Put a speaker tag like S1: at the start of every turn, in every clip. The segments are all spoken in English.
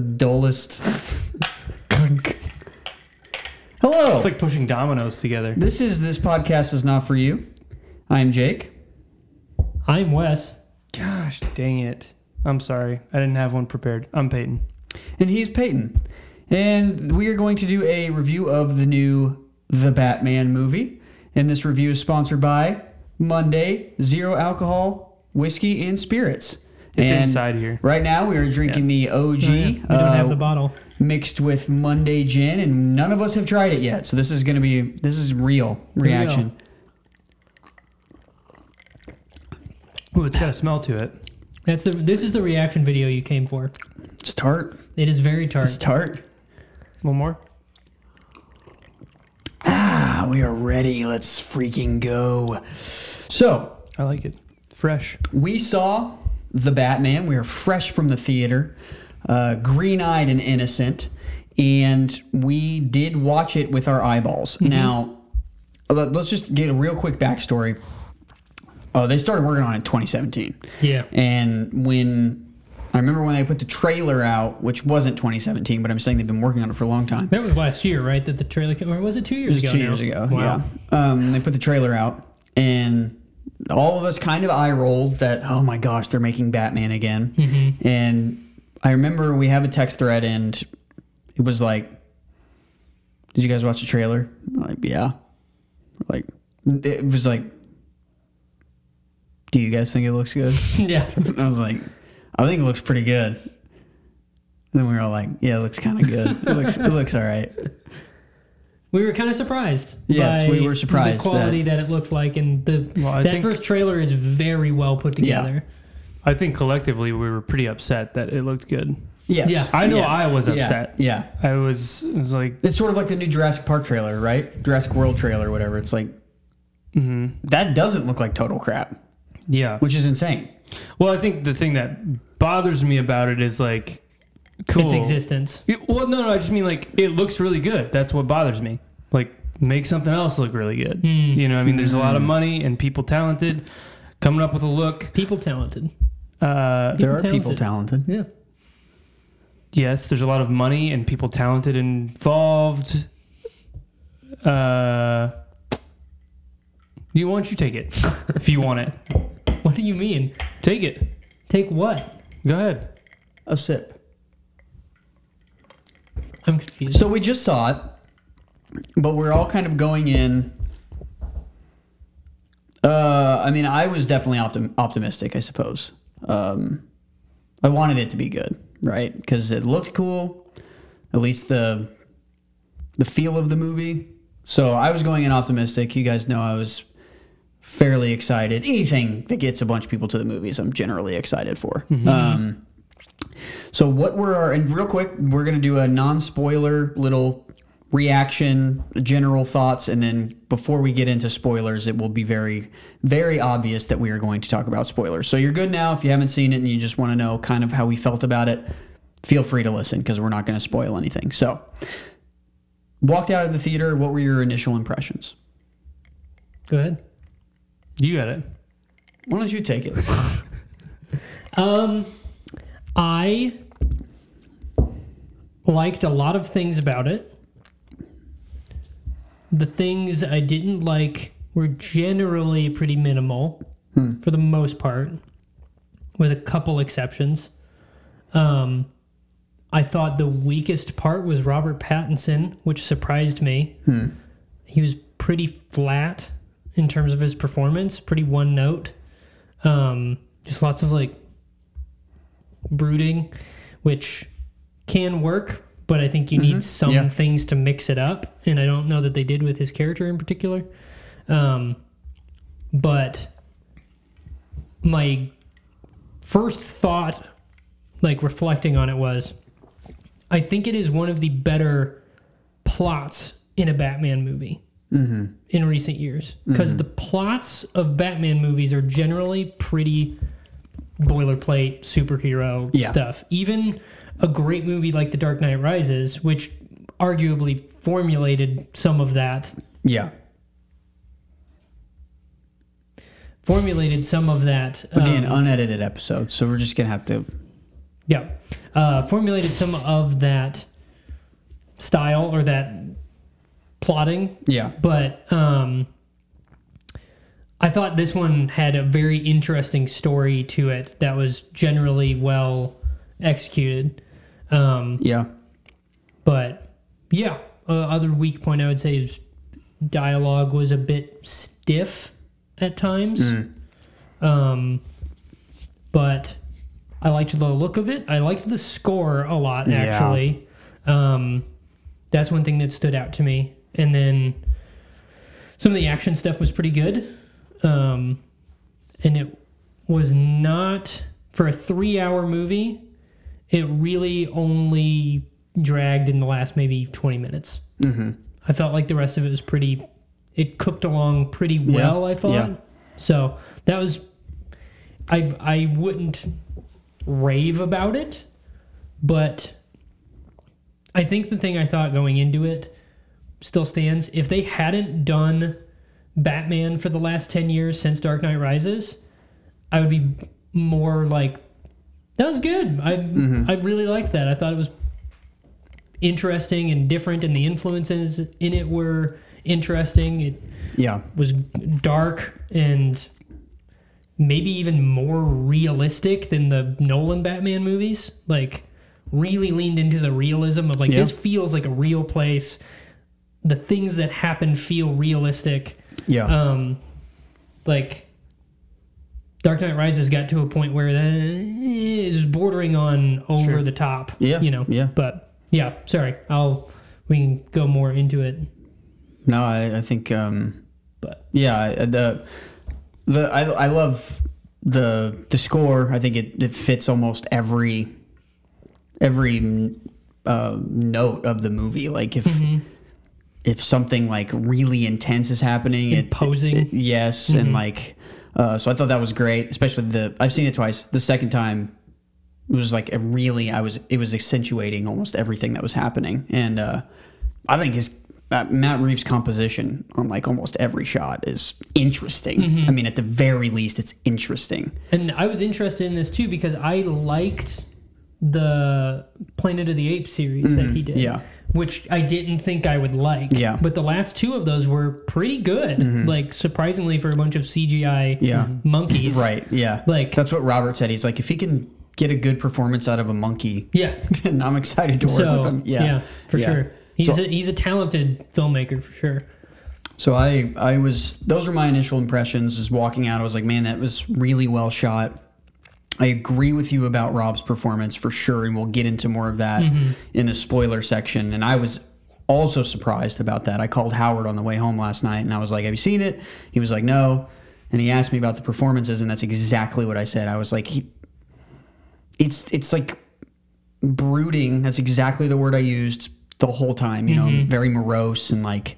S1: capitalist.
S2: Gunk.
S1: Hello.
S3: It's like pushing dominoes together.
S1: this is this podcast is not for you. I'm Jake.
S3: I'm Wes. Gosh dang it. I'm sorry. I didn't have one prepared. I'm Peyton.
S1: And he's Peyton. And we are going to do a review of the new The Batman movie. And this review is sponsored by Monday Zero Alcohol Whiskey and Spirits.
S3: It's
S1: And
S3: inside here. Oh,
S1: Right now, we are drinking the OG
S4: We don't have
S1: uh,
S4: the bottle.
S1: mixed with Monday gin, and none of us have tried it yet. So this is going to be this is real reaction.
S3: Ooh, it's got a smell to it.
S4: That's the. This is the reaction video you came for.
S1: It's tart.
S4: It is very
S1: It's
S4: tart.
S1: tart.
S3: One more.
S1: Ah, we are ready. Let's freaking go. So
S3: I like it. Fresh.
S1: we saw the Batman. We are fresh from the theater, uh, green eyed and innocent, and we did watch it with our eyeballs. Now, let- let's just get a real quick backstory. Oh, they started working on it in 2017.
S4: Yeah.
S1: And when I remember when they put the trailer out, which wasn't 2017, but I'm saying they've been working on it for a long time.
S4: That was last year, right? That the trailer came, or was it two
S1: It
S4: years
S1: was
S4: ago?
S1: two
S4: now?
S1: years ago.
S4: Wow.
S1: Yeah. Um, they put the trailer out, and all of us kind of eye rolled that, oh my gosh, they're making Batman again.
S3: Mm-hmm.
S1: And I remember we have a text thread, and it was like, did you guys watch the trailer? I'm Like, yeah. Like, it was like, do you guys think it looks good?
S4: Yeah.
S1: And I was like, I think it looks pretty good. And then we were all like, yeah, it looks kind of good. It looks, it looks all right.
S4: We were kind of surprised.
S1: Yes,
S4: by
S1: we were surprised
S4: The quality that, it looked like, and the
S3: Well, I
S4: that
S3: think-
S4: first trailer is very well put
S1: Yeah.
S4: together.
S3: I think collectively we were pretty upset that it looked good.
S1: Yes.
S4: Yeah.
S3: I know I was
S1: Yeah.
S3: upset.
S1: Yeah.
S3: I was, I was like,
S1: It's sort of like the new Jurassic Park trailer, right? Jurassic World trailer, whatever. It's like, that doesn't look like total crap,
S3: mm-hmm. yeah.
S1: which is insane.
S3: Well, I think the thing that bothers me about it is like, cool.
S4: Its existence.
S3: It- well, no, no, I just mean like it looks really good. That's what bothers me. Like make something else look really good. You know, what I mean, there's a lot of money and people talented coming up with a look.
S4: People talented.
S3: Uh,
S1: There are
S4: People
S1: people talented.
S4: Yeah.
S3: yes, there's a lot of money and people talented involved. Uh, you want you take it if you want it,
S4: What do you mean?
S3: take it.
S4: Take what?
S3: Go ahead.
S1: A sip.
S4: I'm confused.
S1: So we just saw it, but we're all kind of going in. Uh, I mean, I was definitely optim- optimistic, I suppose. Um, I wanted it to be good, right? Because it looked cool, at least the the feel of the movie. So I was going in optimistic. You guys know I was fairly excited. Anything that gets a bunch of people to the movies, I'm generally excited for. Um, so what were our and real quick, we're gonna do a non-spoiler little reaction, general thoughts, and then before we get into spoilers, it will be very, very obvious that we are going to talk about spoilers. So you're good now if you haven't seen it and you just want to know kind of how we felt about it. Feel free to listen because we're not going to spoil anything. So, walked out of the theater. What were your initial impressions?
S4: Go ahead.
S3: You got it.
S1: Why don't you take it?
S4: Um, I liked a lot of things about it. The things I didn't like were generally pretty minimal for the most part, with a couple exceptions. Um, I thought the weakest part was Robert Pattinson, which surprised me. He was pretty flat in terms of his performance, pretty one note. Um, just lots of like brooding, which can work, but I think you need some
S1: Yeah.
S4: things to mix it up. And I don't know that they did with his character in particular. Um, but my first thought, like reflecting on it, was I think it is one of the better plots in a Batman movie in recent years because the plots of Batman movies are generally pretty boilerplate superhero
S1: Yeah.
S4: stuff. Even a great movie like The Dark Knight Rises, which arguably formulated some of that
S1: yeah.
S4: formulated some of that um,
S1: Again, unedited episode. So we're just going to have to
S4: yeah, uh, formulated some of that style or that plotting,
S1: Yeah.
S4: but um, I thought this one had a very interesting story to it that was generally well executed. Um,
S1: Yeah.
S4: but yeah, uh, other weak point I would say is dialogue was a bit stiff at times. Um, but I liked the look of it. I liked the score a lot,
S1: Yeah.
S4: actually. Um, that's one thing that stood out to me. And then some of the action stuff was pretty good. Um, and it was not for a three hour movie it really only dragged in the last maybe 20 minutes mm-hmm. i felt like the rest of it was pretty it cooked along pretty well i thought
S1: yeah.
S4: so that was i i wouldn't rave about it but i think the thing i thought going into it still stands if they hadn't done batman for the last 10 years since dark knight rises i would be more like that was good. I I really liked that. I thought it was interesting and different, and the influences in it were interesting. It
S1: Yeah.
S4: was dark and maybe even more realistic than the Nolan Batman movies. Like really leaned into the realism of like
S1: Yeah.
S4: this feels like a real place. The things that happen feel realistic
S1: Yeah.
S4: um like Dark Knight Rises got to a point where that is bordering on over the top.
S1: Yeah,
S4: You know.
S1: yeah.
S4: But yeah, sorry. I'll we can go more into it.
S1: No, I, I think. Um,
S4: But-
S1: yeah, I- the the I, I love the the score. I think it, it fits almost every every uh, note of the movie. Like if if something like really intense is happening, it,
S4: Imposing.
S1: it- yes, and like uh, so I thought that was great. Especially the I've seen it twice. The second time it was like a really I was it was accentuating almost everything that was happening, and uh, I think his uh, Matt Reeves' composition on like almost every shot is interesting. I mean, at the very least, it's interesting.
S4: And I was interested in this too because I liked the Planet of the Apes series that he did.
S1: Mm-hmm. yeah.
S4: Which I didn't think I would like.
S1: Yeah. Mm-hmm.
S4: But the last two of those were pretty good. Like surprisingly for a bunch of CGI
S1: Yeah.
S4: monkeys.
S1: Right? Yeah.
S4: Like-
S1: that's what Robert said. He's like, if he can get a good performance out of a monkey,
S4: Yeah.
S1: then I'm excited to work
S4: so,
S1: with him. Yeah.
S4: for
S1: Yeah.
S4: sure. He's
S1: So-
S4: a, he's a talented filmmaker for sure.
S1: So I I was those were my initial impressions. Just walking out, I was like, man, that was really well shot. I agree with you about Rob's performance for sure, and we'll get into more of that
S4: Mm-hmm.
S1: in the spoiler section. And I was also surprised about that. I called Howard on the way home last night, and I was like, "Have you seen it?" He was like, "No," and he asked me about the performances, and that's exactly what I said. I was like, he, "It's it's like brooding." That's exactly the word I used the whole time. You
S4: Mm-hmm.
S1: know, very morose and like.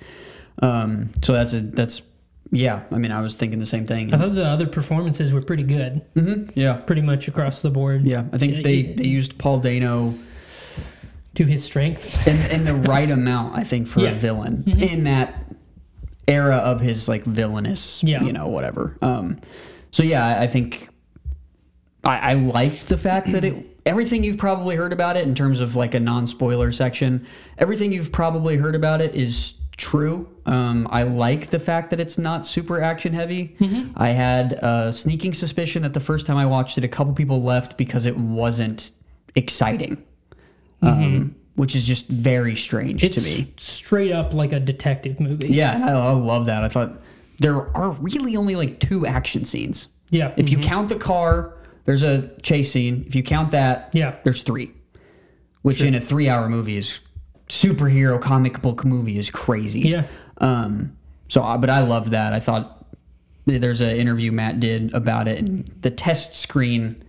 S1: Um, so that's a, that's yeah. I mean, I was thinking the same thing.
S4: I thought the other performances were pretty good,
S1: Yeah,
S4: pretty much across the board.
S1: Mm. yeah. I think
S4: Yeah,
S1: they
S4: yeah.
S1: they used Paul Dano
S4: To his strengths.
S1: in, in the right amount, I think, for
S4: Yeah. Mm-hmm.
S1: a villain in that era of his like villainous,
S4: Yeah.
S1: you know, whatever. Um, so yeah, I, I think I, I liked the fact that it everything you've probably heard about it in terms of like a non spoiler section. Everything you've probably heard about it is true. Um, I like the fact that it's not super action heavy. I had a sneaking suspicion that the first time I watched it, a couple people left because it wasn't exciting. Um, which is just very strange
S4: It's
S1: to me.
S4: straight up like a detective movie.
S1: Yeah, and I, I love that. I thought there are really only like two action scenes.
S4: Yeah.
S1: If you count the car, there's a chase scene. If you count that,
S4: Yeah.
S1: there's three, which in a three-hour movie is superhero comic book movie is crazy.
S4: Yeah.
S1: Um. So, I- but I loved that. I thought there's an interview Matt did about it, and the test screen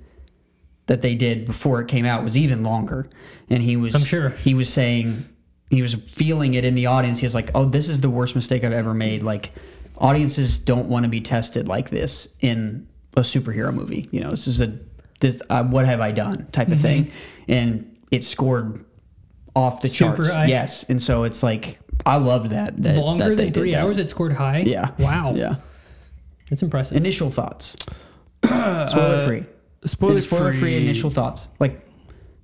S1: that they did before it came out was even longer. And he was,
S4: I'm sure.
S1: he was saying, he was feeling it in the audience. He was like, "Oh, this is the worst mistake I've ever made. Like, audiences don't want to be tested like this in a superhero movie. You know, this is a this uh, what have I done type
S4: Mm-hmm.
S1: of thing." And it scored off the
S4: Super
S1: charts.
S4: high.
S1: Yes, and so it's like I love that. that that
S4: Longer
S1: they
S4: than
S1: did
S4: three
S1: that.
S4: hours, it scored high.
S1: Yeah.
S4: Wow.
S1: Yeah.
S4: That's impressive. Uh,
S1: Initial thoughts. Spoiler free.
S3: Uh, Spoiler,
S1: spoiler free initial thoughts. Like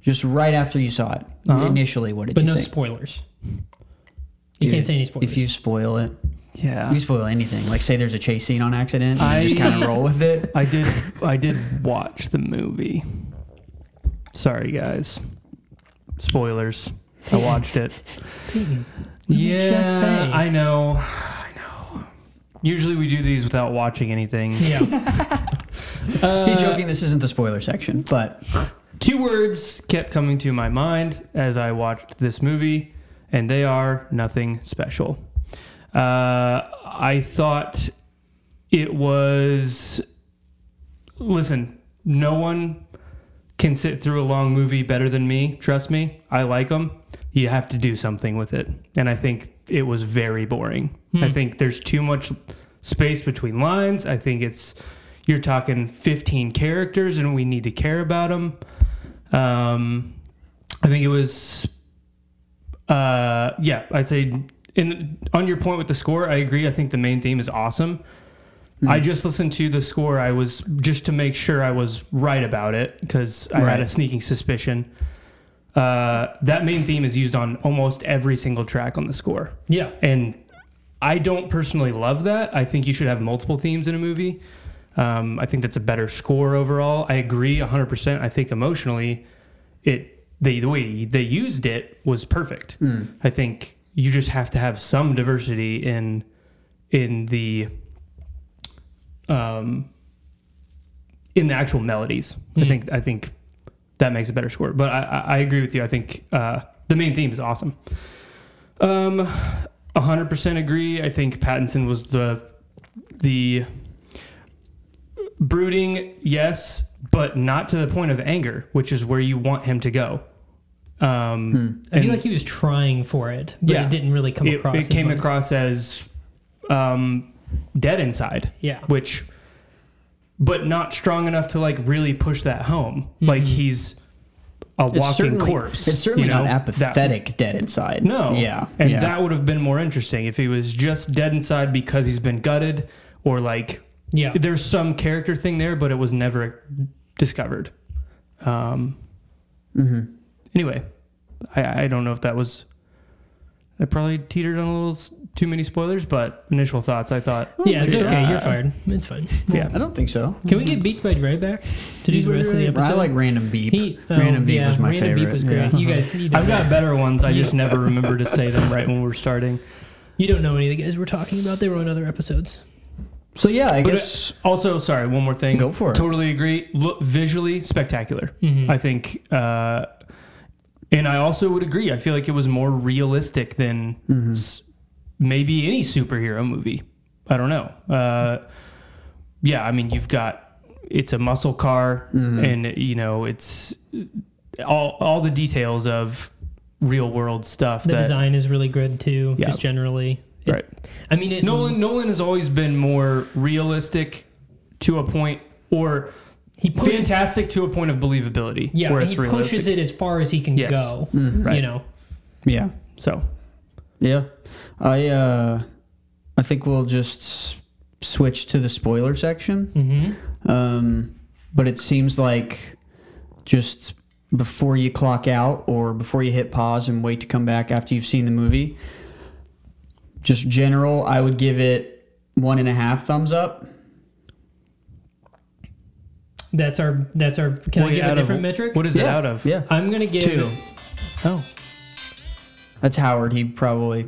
S1: Just right after you saw it
S3: Uh-huh.
S1: initially, what did
S4: But
S1: you
S4: no
S1: think?
S4: spoilers. You
S1: Dude,
S4: can't say any spoilers.
S1: If you spoil it,
S3: Yeah.
S1: you spoil anything. Like say there's a chase scene on accident, and you just
S3: I-
S1: kind of roll with it.
S3: I did I did watch the movie. Sorry guys. Spoilers. I watched it.
S4: Peyton, what did you
S3: yeah,
S4: just say?
S3: I know. I know. Usually we do these without watching anything.
S4: yeah.
S1: He's
S3: Uh,
S1: joking. This isn't the spoiler section, but
S3: Two words kept coming to my mind as I watched this movie, and they are nothing special. Uh, I thought it was. Listen, no one can sit through a long movie better than me. Trust me, I like them. You have to do something with it. And I think it was very boring. I think there's too much space between lines. I think it's. You're talking 15 characters, and we need to care about them. Um, I think it was, uh, yeah, I'd say. In, on your point with the score, I agree. I think the main theme is awesome. I just listened to the score. I was just to make sure I was right about it because I had
S1: Right.
S3: a sneaking suspicion. Uh, that main theme is used on almost every single track on the score.
S4: Yeah.
S3: And I don't personally love that. I think you should have multiple themes in a movie. Um, I think that's a better score overall. I agree 100%. I think emotionally, it the, the way they used it was perfect.
S4: hmm.
S3: I think you just have to have some diversity in in the um, in the actual melodies. I think I think that makes a better score. But I, I, I agree with you. I think uh, the main theme is awesome. Um, 100% agree. I think Pattinson was the the brooding, yes, but not to the point of anger, which is where you want him to go. Um,
S4: I
S3: and-
S4: feel like he was trying for it, but
S3: Yeah.
S4: it didn't really come
S3: it,
S4: across.
S3: it
S4: as
S3: came
S4: much.
S3: across as um, dead inside.
S4: Yeah.
S3: Which, but not strong enough to like really push that home.
S4: Mm-hmm.
S3: Like he's a walking
S1: certainly-
S3: corpse.
S1: It's certainly
S3: you know?
S1: not
S3: That-
S1: apathetic, dead inside.
S3: no.
S1: Yeah.
S3: And
S1: yeah.
S3: that would have been more interesting if he was just dead inside because he's been gutted or like
S4: Yeah.
S3: there's some character thing there, but it was never discovered. Um, Anyway, I, I don't know if that was. I probably teetered on a little s- too many spoilers, but initial thoughts. I thought,
S4: Yeah, it's
S1: Yeah.
S4: okay. You're fired. It's fine.
S3: yeah,
S1: I don't think so.
S4: Can we get Beats by Dre back to do the rest of the episode?
S1: I like random beep.
S4: He- oh,
S1: random beep
S4: yeah,
S1: was my
S4: Random
S1: favorite.
S4: Beep was great.
S1: Yeah.
S4: You guys, you don't,
S3: I've got better ones. I just never remember to say them right when we're starting.
S4: you don't know any of the guys we're talking about. They were on other episodes.
S1: So yeah, I
S3: But
S1: guess
S3: uh, also, sorry, one more thing.
S1: Go for it.
S3: Totally agree. Look, visually spectacular.
S4: Mm-hmm.
S3: I think, uh, and I also would agree. I feel like it was more realistic than
S1: Mm-hmm.
S3: s- maybe any superhero movie. I don't know. Uh, yeah, I mean, you've got it's a muscle car,
S1: Mm-hmm.
S3: and you know, it's all all the details of real world stuff.
S4: The
S3: that,
S4: design is really good too.
S3: Yeah.
S4: Just generally, It-
S3: right?
S4: I mean, it,
S3: Nolan Nolan has always been more realistic to a point, or
S4: he pushes,
S3: fantastic to a point of believability.
S4: yeah,
S3: where it's
S4: he
S3: realistic.
S4: pushes it as far as he can
S3: Yes.
S4: go.
S1: Mm-hmm.
S3: right.
S4: You know,
S1: yeah,
S3: So
S1: yeah. I uh, I think we'll just s- switch to the spoiler section.
S4: hmm
S1: Um, but it seems like just before you clock out or before you hit pause and wait to come back after you've seen the movie, just general, I would give it one and a half thumbs up.
S4: that's our that's our. Can I
S3: Wait,
S4: give a
S3: out of-
S4: different metric?
S3: What is it
S1: Yeah,
S3: out of?
S1: Yeah.
S4: I'm gonna give
S1: Two.
S3: Oh,
S1: That's Howard. He probably.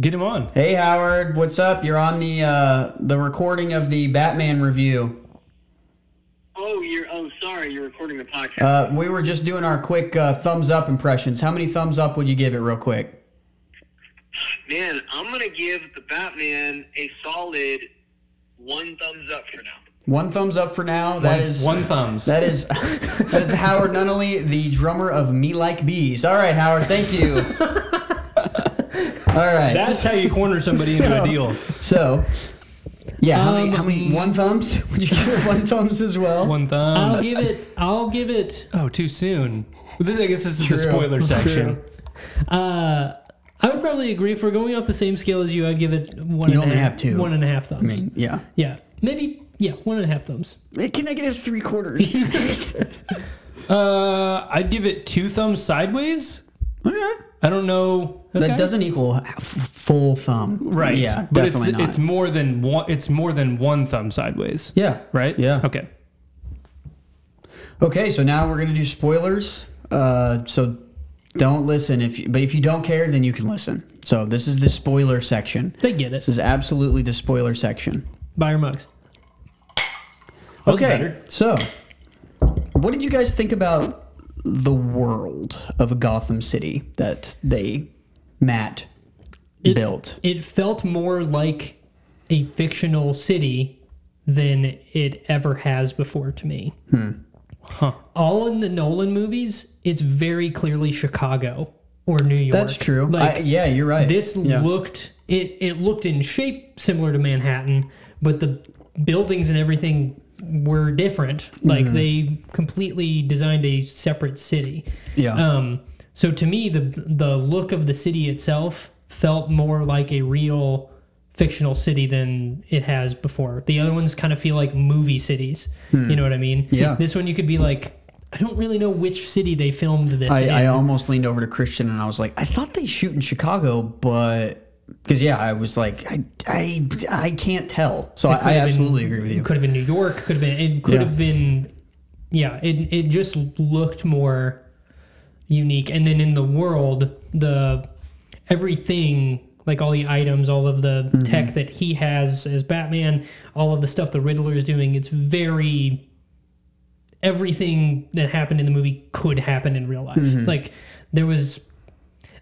S3: get him on.
S1: Hey Howard, what's up? You're on the uh, the recording of the Batman review.
S5: Oh, you're. Oh, sorry, you're recording the podcast.
S1: Uh, we were just doing our quick uh, thumbs up impressions. How many thumbs up would you give it, real quick?
S5: Man, I'm gonna give the Batman a solid one thumbs up for now.
S1: One thumbs up for now. That is
S3: one thumbs.
S1: That is that is Howard Nunnally, the drummer of Me Like Bees. All right, Howard, thank you. All right.
S3: That's how you corner somebody into a deal.
S1: so yeah, how many how many
S4: Um,
S1: one thumbs? Would you give it one thumbs as well?
S3: One
S4: I'll
S3: thumbs.
S4: give it. I'll give it.
S3: oh, too soon. This, I guess, this is the
S1: True.
S3: spoiler section.
S1: True.
S4: Uh, I would probably agree if we're going off the same scale as you. I'd give it one.
S1: You
S4: and a
S1: only
S4: half-
S1: have two.
S4: One and a half thumbs.
S1: Yeah.
S4: yeah, maybe Yeah, one and a half thumbs.
S1: Can I get it three quarters?
S3: Uh, I'd give it two thumbs sideways.
S1: okay.
S3: I don't know.
S4: Okay.
S1: That doesn't equal h- f- full thumb.
S3: Right.
S1: Yeah,
S3: but
S1: definitely
S3: it's,
S1: not.
S3: It's more than one. It's more than one thumb sideways.
S1: yeah.
S3: Right.
S1: Yeah.
S3: Okay.
S1: Okay, so now we're gonna do spoilers. Uh, so don't listen if, you, but if you don't care, then you can listen. So this is the spoiler section.
S4: They get it.
S1: This is absolutely the spoiler section.
S4: Buy your mugs.
S3: was
S1: Okay,
S3: better.
S1: so what did you guys think about the world of Gotham City that they Matt
S4: It-
S1: built?
S4: It felt more like a fictional city than it ever has before to me.
S1: Hmm.
S3: Huh.
S4: All in the Nolan movies, it's very clearly Chicago or New York.
S1: That's true.
S4: Like
S1: I, yeah, you're right.
S4: this
S1: yeah.
S4: looked it it looked in shape similar to Manhattan, but the buildings and everything were different. Like
S1: Hmm.
S4: they completely designed a separate city.
S1: Yeah.
S4: Um, so to me, the the look of the city itself felt more like a real fictional city than it has before. The other ones kind of feel like movie cities. You know what I mean?
S1: Hmm. Yeah.
S4: This one you could be like, I don't really know which city they filmed this in.
S1: I, I almost leaned over to Christian and I was like, I thought they shoot in Chicago, but because yeah, I was like, I, I, I can't tell. So I, I
S4: could've been-
S1: absolutely agree with you.
S4: It could have been New York. Could have been. It could
S1: Yeah.
S4: have been. Yeah. It it just looked more unique. And then in the world, the everything like all the items, all of the tech that he has as Batman, all of the stuff the Riddler is doing, it's very everything that happened in the movie could happen in real life.
S3: Mm-hmm.
S4: Like there was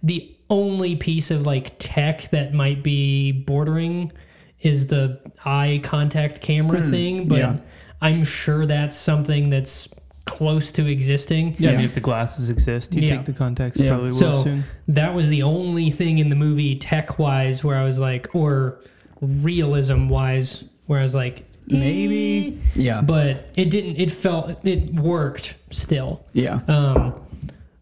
S4: the only piece of like tech that might be bordering is the eye contact camera
S3: Hmm.
S4: thing, but
S1: yeah.
S4: I'm sure that's something that's close to existing.
S3: Yeah. I mean, if the glasses exist, you
S4: Yeah.
S3: think the contacts
S1: Yeah.
S3: probably will
S4: So
S3: soon.
S4: that was the only thing in the movie tech wise where I was like, or realism wise, where I was like, "Eh."
S1: Maybe. Yeah.
S4: but it didn't, it felt, it worked still.
S1: yeah.
S4: Um,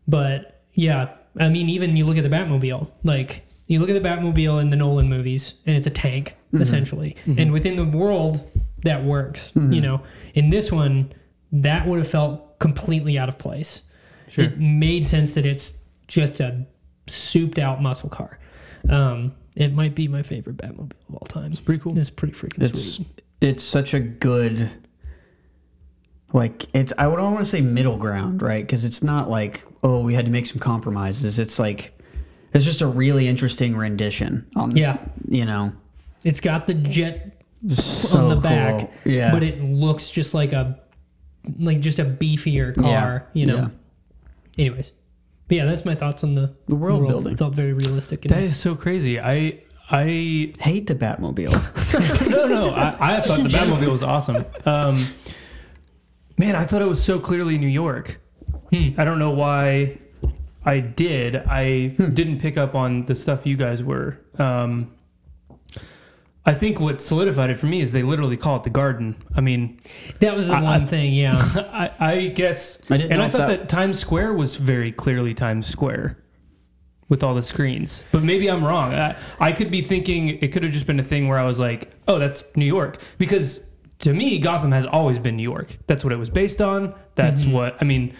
S4: but yeah, I mean, even you look at the Batmobile, like you look at the Batmobile in the Nolan movies, and it's a tank
S3: Mm-hmm.
S4: essentially, and within the world that works.
S3: Mm-hmm.
S4: You know, in this one, that would have felt completely out of place.
S3: Sure.
S4: It made sense that it's just a souped out muscle car. Um, it might be my favorite Batmobile of all time. It's
S3: pretty cool.
S4: It's pretty freaking
S1: It's
S4: sweet.
S1: it's such a good like it's I don't want to say middle ground, right? Because it's not like oh we had to make some compromises. It's like it's just a really interesting rendition. On,
S4: Yeah.
S1: You know.
S4: It's got the jet
S1: So
S4: on the back.
S1: cool. Yeah.
S4: But it looks just like a like just a beefier car, you know.
S1: Yeah.
S4: Anyways. But yeah, that's my thoughts on the,
S1: The world building.
S4: Felt very realistic.
S3: That
S4: And,
S3: is so crazy. I I
S1: Hate the Batmobile.
S3: no no. I, I thought the Batmobile was awesome. Um, man, I thought it was so clearly New York. I don't know why I did. I didn't pick up on the stuff you guys were. Um, I think what solidified it for me is they literally call it the garden. I mean,
S4: that was the
S3: I-
S4: one
S3: I-
S4: thing, yeah.
S3: I, I guess,
S1: I didn't
S3: and
S1: know
S3: I
S1: if
S3: thought that,
S1: that-
S3: Times Square was very clearly Times Square with all the screens, but maybe I'm wrong. I, I could be thinking it could have just been a thing where I was like, oh, that's New York, because to me, Gotham has always been New York. That's what it was based on. That's
S1: Mm-hmm.
S3: what I mean,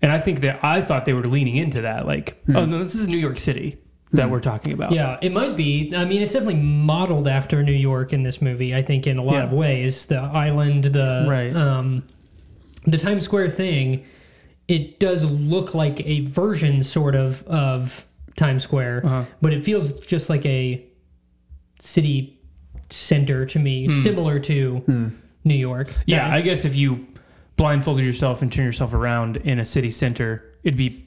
S3: and I think that I thought they were leaning into that, like, oh
S1: Hmm.
S3: no, this is New York City that we're talking about.
S4: Yeah, it might be. I mean, it's definitely modeled after New York in this movie. I think in a lot
S3: Yeah.
S4: of ways, the island, the
S3: Right.
S4: um, the Times Square thing, it does look like a version sort of of Times Square,
S3: Uh-huh.
S4: but it feels just like a city center to me,
S3: Hmm.
S4: similar to New York.
S3: Yeah, I guess if you blindfolded yourself and turned yourself around in a city center, it'd be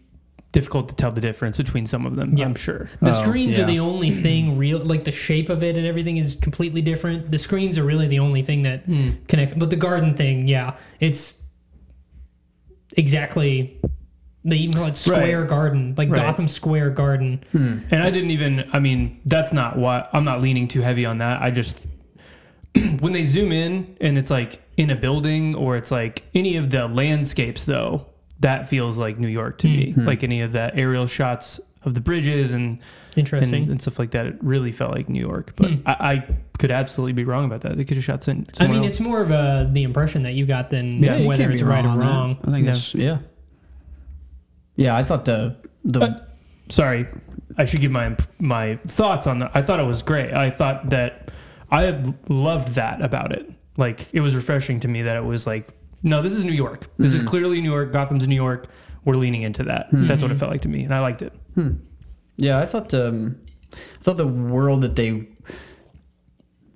S3: difficult to tell the difference between some of them.
S4: Yeah.
S3: I'm sure.
S4: The
S1: Oh,
S4: screens
S1: yeah.
S4: are the only thing real. Like the shape of it and everything is completely different. The screens are really the only thing that
S1: Hmm.
S4: connect. But the garden thing, yeah, it's exactly. They even call it Square
S3: Right.
S4: Garden, like
S3: Right.
S4: Gotham Square Garden.
S1: Hmm.
S3: And I didn't even. I mean, that's not why I'm not leaning too heavy on that. I just when they zoom in and it's like in a building or it's like any
S4: Mm-hmm. Hmm.
S3: of the landscapes though that feels like new york to me like any of the aerial shots of the bridges and and,
S4: Interesting.
S3: and stuff like that. It really felt like New York, but I, I could absolutely be wrong about that. They could have shot some.
S4: Hmm. I mean, it's more of a, the impression that you got than
S3: Yeah, you
S4: whether
S1: can't be
S4: it's right
S1: wrong on
S4: or
S1: that.
S4: wrong.
S1: I think
S3: No.
S1: that's yeah. Yeah, I thought the the
S3: But- sorry. I should give my my thoughts on that. I thought it was great. I thought that I loved that about it. Like it was refreshing to me that it was like, no, this is New York. This is clearly New York. Gotham's New York. We're leaning into that. That's what it felt like to me, and I liked it.
S1: yeah, I thought um, I thought the world that they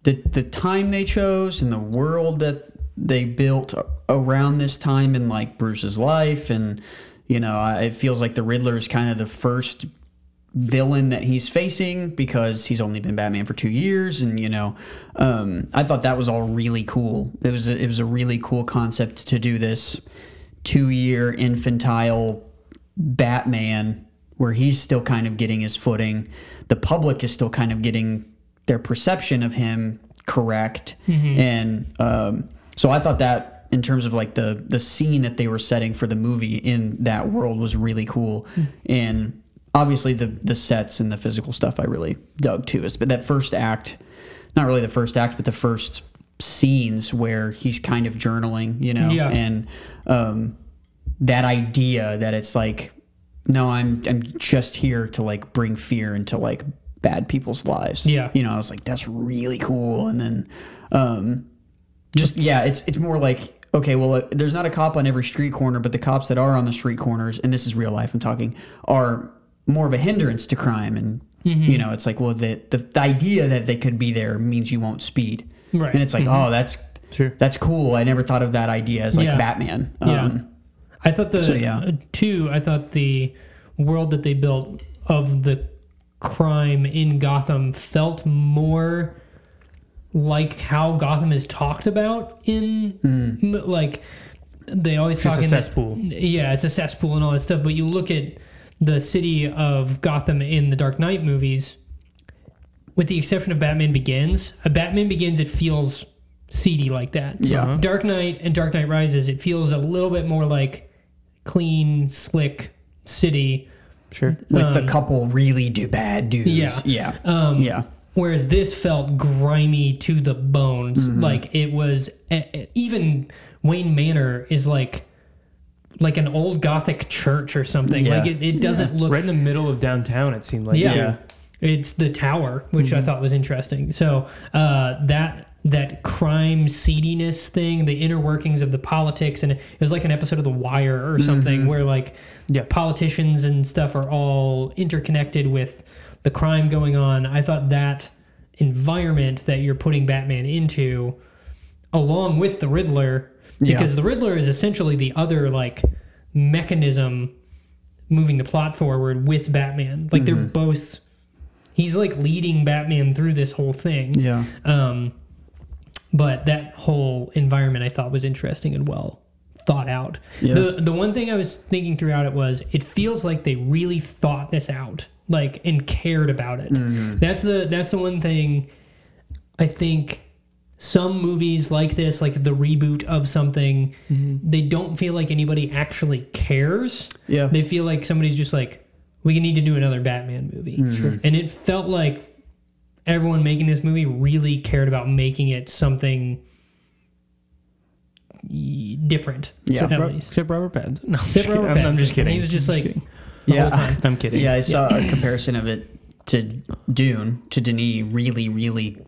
S1: the the time they chose and the world that they built around this time in like Bruce's life and you know I, it feels like the Riddler is kind of the first villain that he's facing because he's only been Batman for two years and you know um, I thought that was all really cool it was a, it was a really cool concept to do this two year infantile Batman where he's still kind of getting his footing the public is still kind of getting their perception of him correct and um, so i thought that in terms of like the the scene that they were setting for the movie in that world was really cool and obviously the the sets and the physical stuff i really dug too is but that first act not really the first act but the first scenes where he's kind of journaling you know
S4: Yeah.
S1: and um that idea that it's like no i'm i'm just here to like bring fear into like bad people's lives
S4: Yeah.
S1: you know i was like that's really cool and then um just yeah it's it's more like okay well uh, there's not a cop on every street corner but the cops that are on the street corners and this is real life i'm talking are more of a hindrance to crime and
S4: Mm-hmm.
S1: you know it's like well the, the the idea that they could be there means you won't speed
S4: Right. Mm-hmm.
S1: and it's like oh that's
S3: Sure.
S1: that's cool i never thought of that idea as like
S4: Yeah.
S1: batman
S4: Yeah.
S1: um
S4: I thought the
S1: So, yeah.
S4: uh, two. I thought the world that they built of the crime in Gotham felt more like how Gotham is talked about in m- like they always
S3: just
S4: talk
S3: a
S4: in that-
S3: cesspool.
S4: yeah, it's a cesspool and all that stuff. But you look at the city of Gotham in the Dark Knight movies, with the exception of Batman Begins. A Batman Begins, it feels seedy like that.
S1: yeah
S3: Uh-huh.
S4: Dark Knight and Dark Knight Rises, it feels a little bit more like clean, slick city.
S3: Sure.
S1: with the couple really do bad dudes
S4: Um, Yeah.
S1: yeah
S4: Um,
S1: yeah
S4: Whereas this felt grimy to the bones.
S1: Mm-hmm.
S4: Like it was e- e- even Wayne Manor is like like an old Gothic church or something.
S1: Yeah.
S4: Like it, it doesn't look
S3: Right in the middle of downtown, it seemed like. Mm-hmm.
S4: Yeah.
S1: Yeah.
S4: It's the tower, which I thought was interesting. So uh, that that crime seediness thing, the inner workings of the politics, and it was like an episode of The Wire or something where like
S3: Mm-hmm. Yeah.
S4: politicians and stuff are all interconnected with the crime going on. I thought that environment that you're putting Batman into, along with the Riddler, because the Riddler is essentially the other like mechanism moving the plot forward with Batman. Like
S1: Mm-hmm.
S4: they're both he's like leading Batman through this whole thing.
S1: yeah
S4: Um but that whole environment I thought was interesting and well thought out.
S1: Yeah.
S4: The the one thing I was thinking throughout it was it feels like they really thought this out, like and cared about it.
S1: Mm-hmm.
S4: That's the that's the one thing I think some movies like this, like the reboot of something,
S1: Mm-hmm.
S4: they don't feel like anybody actually cares.
S1: Yeah.
S4: They feel like somebody's just like, we need to do another Batman movie. And it felt like everyone making this movie really cared about making it something y- different.
S1: Yeah.
S4: At
S3: Ro-
S4: least.
S3: Except Robert Pattinson. No, I'm, just
S4: Except
S3: kidding.
S4: Robert
S3: I'm, I'm just
S4: Pattinson.
S3: kidding.
S4: He was just
S3: I'm
S4: like-
S3: kidding.
S1: yeah
S3: I'm kidding.
S1: Yeah, I saw a comparison of it to Dune, to Denis really, really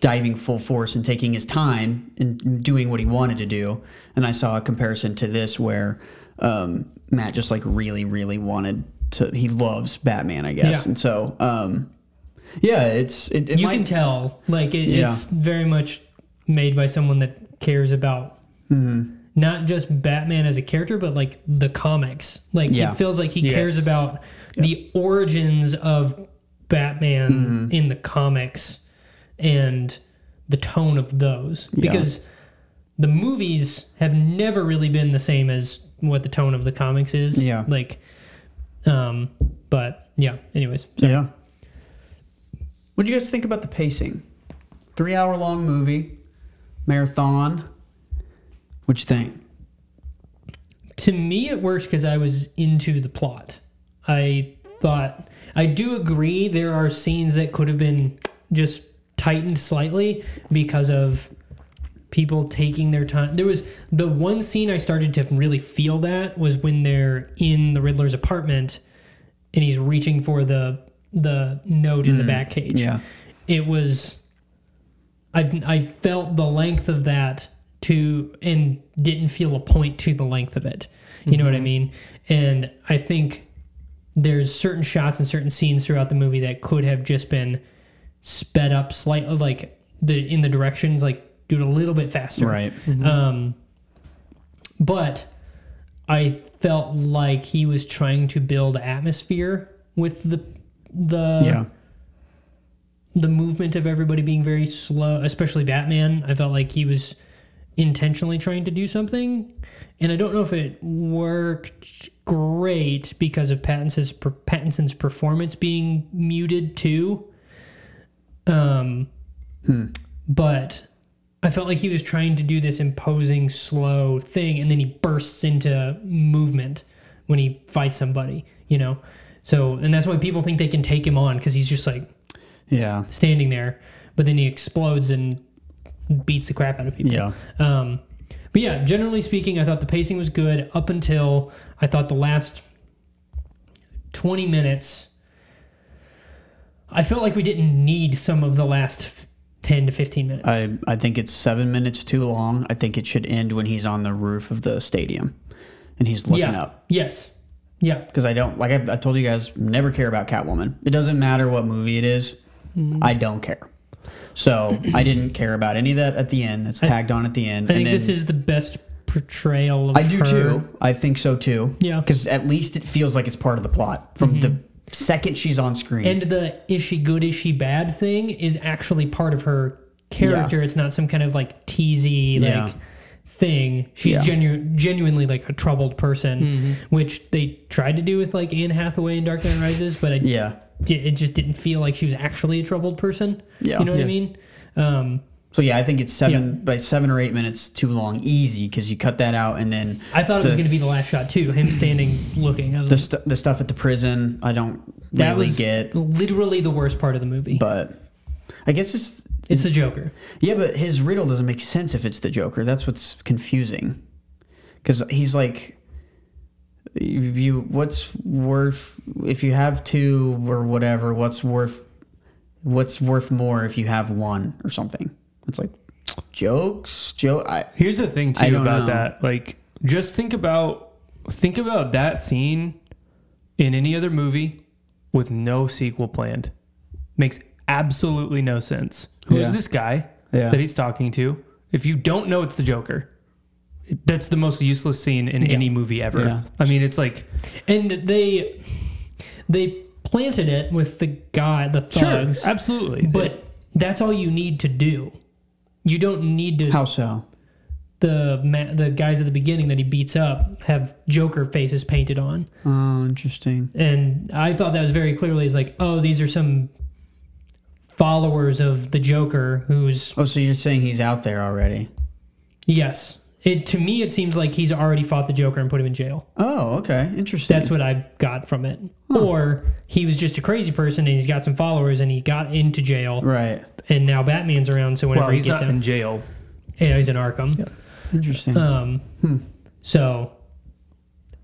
S1: diving full force and taking his time and doing what he wanted to do. And I saw a comparison to this where um, Matt just like really, really wanted to. He loves Batman, I guess,
S4: Yeah.
S1: and so um, yeah, it's it, it
S4: you
S1: might,
S4: can tell like it,
S1: Yeah.
S4: it's very much made by someone that cares about
S1: Mm-hmm.
S4: not just batman as a character but like the comics like
S1: Yeah.
S4: it feels like he cares
S3: Yes.
S4: about the origins of batman
S1: Mm-hmm.
S4: in the comics and the tone of those because the movies have never really been the same as what the tone of the comics is
S1: Yeah.
S4: like um but yeah anyways
S1: Yeah. What do you guys think about the pacing? Three hour long movie, marathon. What you think?
S4: to me it worked because i was into the plot i thought. I do agree there are scenes that could have been just tightened slightly because of people taking their time. There was the one scene I started to really feel that was when they're in the Riddler's apartment and he's reaching for the the note in the back cage.
S1: Yeah.
S4: It was I I felt the length of that to and didn't feel a point to the length of it. You know what
S1: Mm-hmm.
S4: I mean? And I think there's certain shots and certain scenes throughout the movie that could have just been sped up slightly like the in the directions like do it a little bit faster.
S1: Right.
S4: Um, but I felt like he was trying to build atmosphere with the the
S1: yeah.
S4: the movement of everybody being very slow, especially Batman. I felt like he was intentionally trying to do something, and I don't know if it worked great because of Pattinson's Pattinson's performance being muted too. Um, but I felt like he was trying to do this imposing, slow thing, and then he bursts into movement when he fights somebody. You know. So, and that's why people think they can take him on because he's just like
S1: Yeah.
S4: standing there, but then he explodes and beats the crap out of people.
S1: Yeah.
S4: Um, but yeah, generally speaking, I thought the pacing was good up until I thought the last 20 minutes. I felt like we didn't need some of the last 10 to 15 minutes.
S1: I, I think it's seven minutes too long. I think it should end when he's on the roof of the stadium and he's looking
S4: yeah.
S1: up.
S4: Yes. Yeah.
S1: Because I don't, like I, I told you guys, never care about Catwoman. It doesn't matter what movie it is,
S4: Mm-hmm.
S1: I don't care. So I didn't care about any of that at the end. That's tagged on at the end.
S4: I think this is the best portrayal of
S1: I do
S4: her.
S1: too. I think so too.
S4: Yeah. Mm-hmm.
S1: Because at least it feels like it's part of the plot from the second she's on screen.
S4: And the is she good, is she bad thing is actually part of her character. It's not some kind of like teasy like
S1: Yeah.
S4: thing. She's
S1: Yeah. Mm-hmm.
S4: genu- genuinely like a troubled person, which they tried to do with like Anne Hathaway in Dark Knight Rises, but I,
S1: yeah.
S4: di- it just didn't feel like she was actually a troubled person.
S1: Yeah.
S4: You know what
S3: Yeah.
S4: I mean? Um,
S1: So yeah, I think it's seven by seven or eight minutes too long, easy because you cut that out and then
S4: I thought it was
S1: The-
S4: going to be the last shot too, him standing looking. I was
S1: the
S4: like,
S1: stu the stuff at the prison. I don't
S4: that
S1: really
S4: was
S1: get,
S4: literally the worst part of the movie.
S1: but I guess it's
S4: it's the Joker.
S1: yeah. But his riddle doesn't make sense if it's the Joker. That's what's confusing because he's like. You, you what's worth if you have two or whatever what's worth what's worth more if you have one or something it's like jokes joke i
S3: Here's the thing
S1: I
S3: too
S1: don't
S3: about
S1: know.
S3: that. Like just think about think about that scene in any other movie with no sequel planned. Makes absolutely no sense. Who's
S1: Yeah.
S3: this guy
S1: Yeah.
S3: that he's talking to? If you don't know it's the Joker. That's the most useless scene in any movie ever.
S1: Yeah.
S3: I mean, it's like
S4: And they they planted it with the guy, the thugs.
S3: absolutely.
S4: But that's all you need to do. You don't need to
S1: how so
S4: the ma- the guys at the beginning that he beats up have Joker faces painted on.
S1: oh interesting
S4: And I thought that was very clearly is like, oh, these are some followers of the Joker who's
S1: Oh, so you're saying he's out there already?
S4: yes. It to me it seems like he's already fought the Joker and put him in jail.
S1: Oh, okay, interesting.
S4: That's what I got from it. Or he was just a crazy person and he's got some followers and he got into jail
S1: right.
S4: and now Batman's around so whenever
S3: well,
S4: he
S3: he's
S4: gets
S3: not in
S4: him,
S3: jail.
S4: yeah, he's in Arkham.
S1: Interesting.
S4: Um,
S3: Hmm.
S4: So,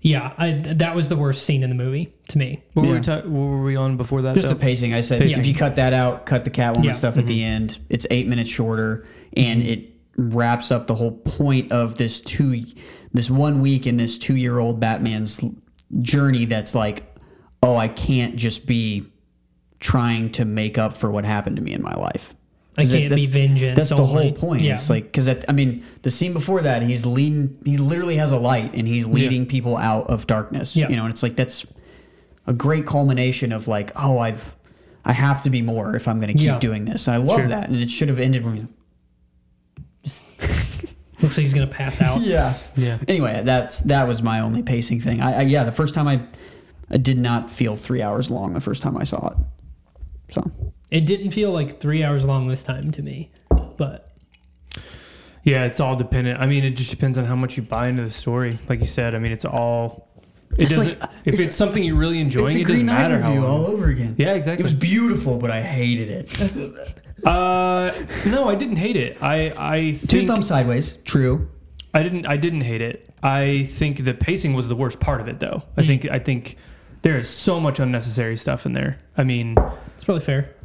S4: yeah, I, that was the worst scene in the movie to me.
S3: What were
S1: Yeah.
S3: we ta- what were we on before that?
S1: Just
S3: though?
S1: the pacing. I said
S3: Pacing.
S1: if you cut that out, cut the Catwoman
S4: Yeah. Mm-hmm.
S1: stuff at the end. It's eight minutes shorter, and it wraps up the whole point of this two, this one week in this two-year-old Batman's l- journey. That's like, oh, I can't just be trying to make up for what happened to me in my life.
S4: I
S1: 'Cause
S4: can't be
S1: that's-
S4: vengeance.
S1: That's the
S4: only.
S1: whole point.
S4: Yeah.
S1: It's like because I mean the scene before that he's leading. He literally has a light and he's leading people out of darkness.
S4: Yeah.
S1: You know, and it's like that's a great culmination of like, oh, I've I have to be more if I'm going to keep
S4: Yeah.
S1: doing this. And I love
S3: Sure.
S1: that. And it should have ended when.
S4: looks like he's gonna pass out.
S1: Yeah.
S3: yeah.
S1: Anyway, that's that was my only pacing thing. I, I yeah, the first time I, I did not feel three hours long. The first time I saw it, so
S4: It didn't feel like three hours long this time to me, but
S3: Yeah, it's all dependent. I mean, it just depends on how much you buy into the story. Like you said, I mean, it's all It
S1: It's
S3: doesn't.
S1: like-
S3: if it's,
S1: it's-
S3: something you're really enjoying,
S1: it's a
S3: it doesn't
S1: Green Knight
S3: matter how.
S1: review
S3: long.
S1: all over again.
S3: Yeah,
S1: It
S3: exactly.
S1: was beautiful, but I hated it.
S3: uh, no, I didn't hate it. I I
S1: Two
S3: think
S1: thumbs sideways. True.
S3: I didn't I didn't hate it. I think the pacing was the worst part of it, though.
S1: Hmm.
S3: I think I think there is so much unnecessary stuff in there. I mean,
S4: It's probably fair.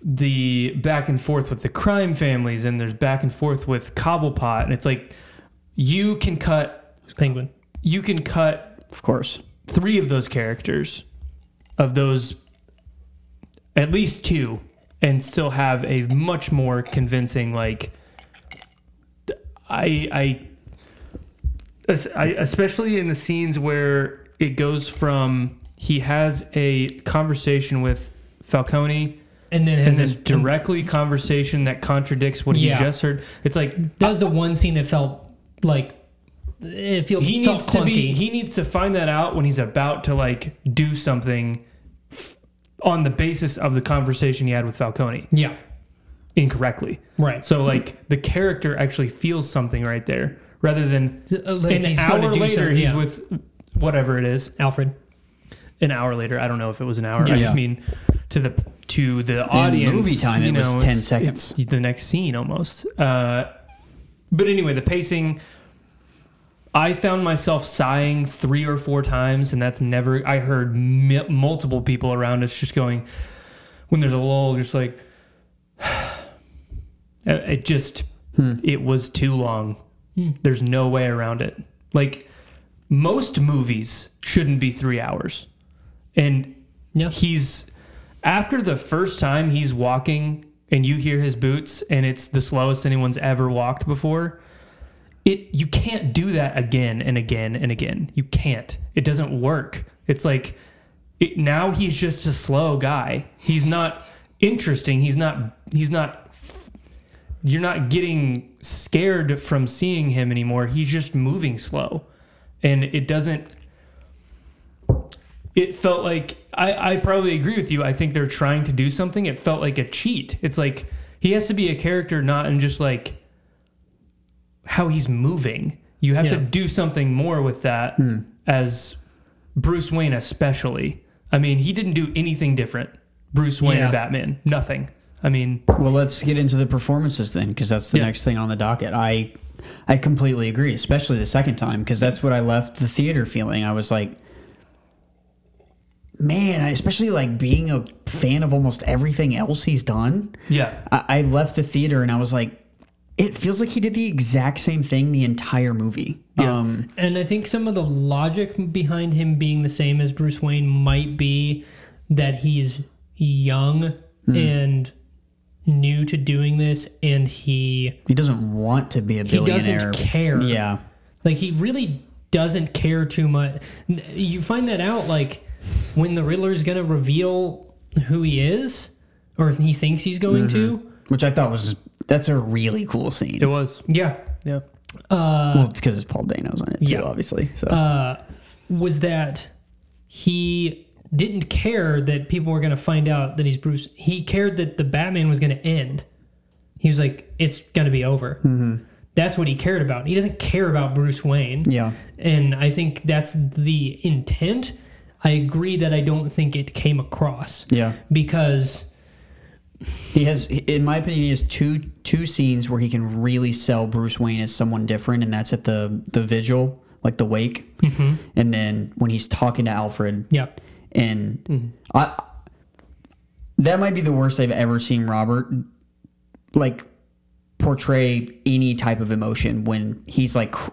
S3: the back and forth with the crime families, and there's back and forth with Cobblepot, and it's like you can cut
S4: It's Penguin.
S3: you can cut
S1: Of course.
S3: three of those characters, of those, at least two, and still have a much more convincing like. I I. es- I especially in the scenes where it goes from he has a conversation with Falcone
S4: And then
S3: and
S4: has this
S3: then directly conversation that contradicts what
S4: Yeah.
S3: he just heard. It's like
S4: That was the one scene that felt like it feels
S3: he
S4: felt
S3: needs
S4: clunky.
S3: to be he needs to find that out when he's about to like do something f- on the basis of the conversation he had with Falcone
S4: yeah,
S3: incorrectly.
S4: right.
S3: So like the character actually feels something right there rather than
S4: Uh, like
S3: an
S4: he's gotta
S3: hour
S4: do
S3: later
S4: something,
S3: he's
S4: yeah.
S3: with whatever it is.
S4: Alfred.
S3: An hour later, I don't know if it was an hour. I
S1: Yeah.
S3: just mean to the to the audience.
S1: movie time,
S3: you
S1: it was
S3: know,
S1: 10
S3: it's-
S1: seconds.
S3: it's the next scene almost. Uh, but anyway, the pacing. I found myself sighing three or four times, and that's never. I heard mi- multiple people around us just going, when there's a lull, just like, Uh, it just,
S1: Hmm.
S3: it was too long. There's no way around it. Like, most movies shouldn't be three hours. And
S4: Yeah.
S3: he's, after the first time he's walking and you hear his boots and it's the slowest anyone's ever walked before it you can't do that again and again and again. You can't. It doesn't work. It's like it, now he's just a slow guy. He's not interesting. He's not he's not you're not getting scared from seeing him anymore. He's just moving slow. And it doesn't it felt like I, I probably agree with you. I think they're trying to do something. It felt like a cheat. It's like he has to be a character, not in just like how he's moving. You have to
S4: Yeah.
S3: do something more with that as Bruce Wayne, especially. I mean, he didn't do anything different. Bruce Wayne
S4: Yeah.
S3: or Batman, nothing. I mean,
S1: Well, let's get into the performances then, because that's the
S3: Yeah.
S1: next thing on the docket. I, I completely agree, especially the second time, because that's what I left the theater feeling. I was like, man, I, especially like being a fan of almost everything else he's done.
S3: yeah,
S1: I, I left the theater and I was like, it feels like he did the exact same thing the entire movie. Um,
S4: And I think some of the logic behind him being the same as Bruce Wayne might be that he's young and new to doing this, and he
S1: he doesn't want to be a
S4: He
S1: billionaire.
S4: doesn't care.
S1: Yeah.
S4: Like he really doesn't care too much. N- You find that out like when the Riddler's gonna reveal who he is, or if he thinks he's going to.
S1: Which I thought was, that's a really cool scene.
S3: it was.
S4: Yeah.
S3: Yeah.
S1: Well, it's because it's Paul Dano's on it too,
S4: Yeah. Uh,
S1: obviously. So
S4: Was that he didn't care that people were gonna find out that he's Bruce. He cared that the Batman was gonna end. He was like, it's gonna be over.
S1: Mm-hmm.
S4: That's what he cared about. He doesn't care about Bruce Wayne.
S1: yeah.
S4: And I think that's the intent. I agree that I don't think it came across.
S1: Yeah.
S4: Because
S1: He has, in my opinion, he has two two scenes where he can really sell Bruce Wayne as someone different, and that's at the the vigil, like the wake, mm-hmm. and then when he's talking to Alfred.
S4: yeah,
S1: And I, that might be the worst I've ever seen Robert, like, portray any type of emotion when he's like. Cr-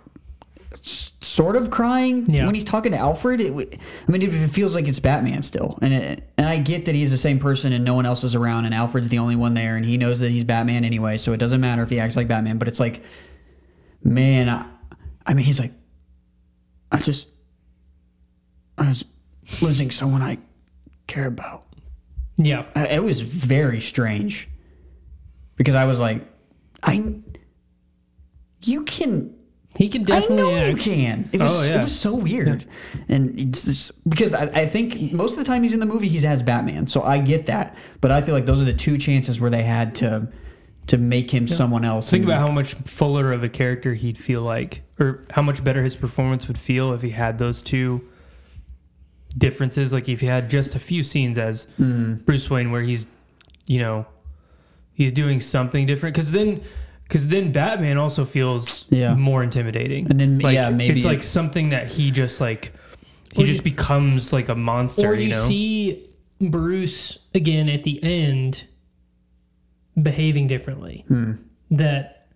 S1: s- Sort of crying
S4: Yeah.
S1: when he's talking to Alfred. It, w- I mean, it, it feels like it's Batman still, and it, and I get that he's the same person and no one else is around, and Alfred's the only one there, and he knows that he's Batman anyway, so it doesn't matter if he acts like Batman. But it's like, man, I, I mean, he's like, I just, I was losing someone I care about.
S4: yeah,
S1: I- It was very strange because I was like, I, you can,
S4: he can
S1: I
S4: definitely.
S1: know you
S4: act.
S1: can. It was,
S3: Oh, yeah.
S1: it was so weird, and it's just, because I, I think most of the time he's in the movie, he's as Batman, so I get that. But I feel like those are the two chances where they had to, to make him someone else.
S3: Think
S1: and-
S3: about how much fuller of a character he'd feel like, or how much better his performance would feel if he had those two differences. Like if you had just a few scenes as
S1: Mm-hmm.
S3: Bruce Wayne where he's, you know, he's doing something different. Because then, because then Batman also feels
S1: Yeah.
S3: more intimidating.
S1: And then,
S3: like,
S1: yeah, maybe-
S3: it's like something that he just like he
S4: Or you-
S3: just becomes like a monster.
S4: or
S3: you,
S4: you
S3: know,
S4: see Bruce again at the end behaving differently. That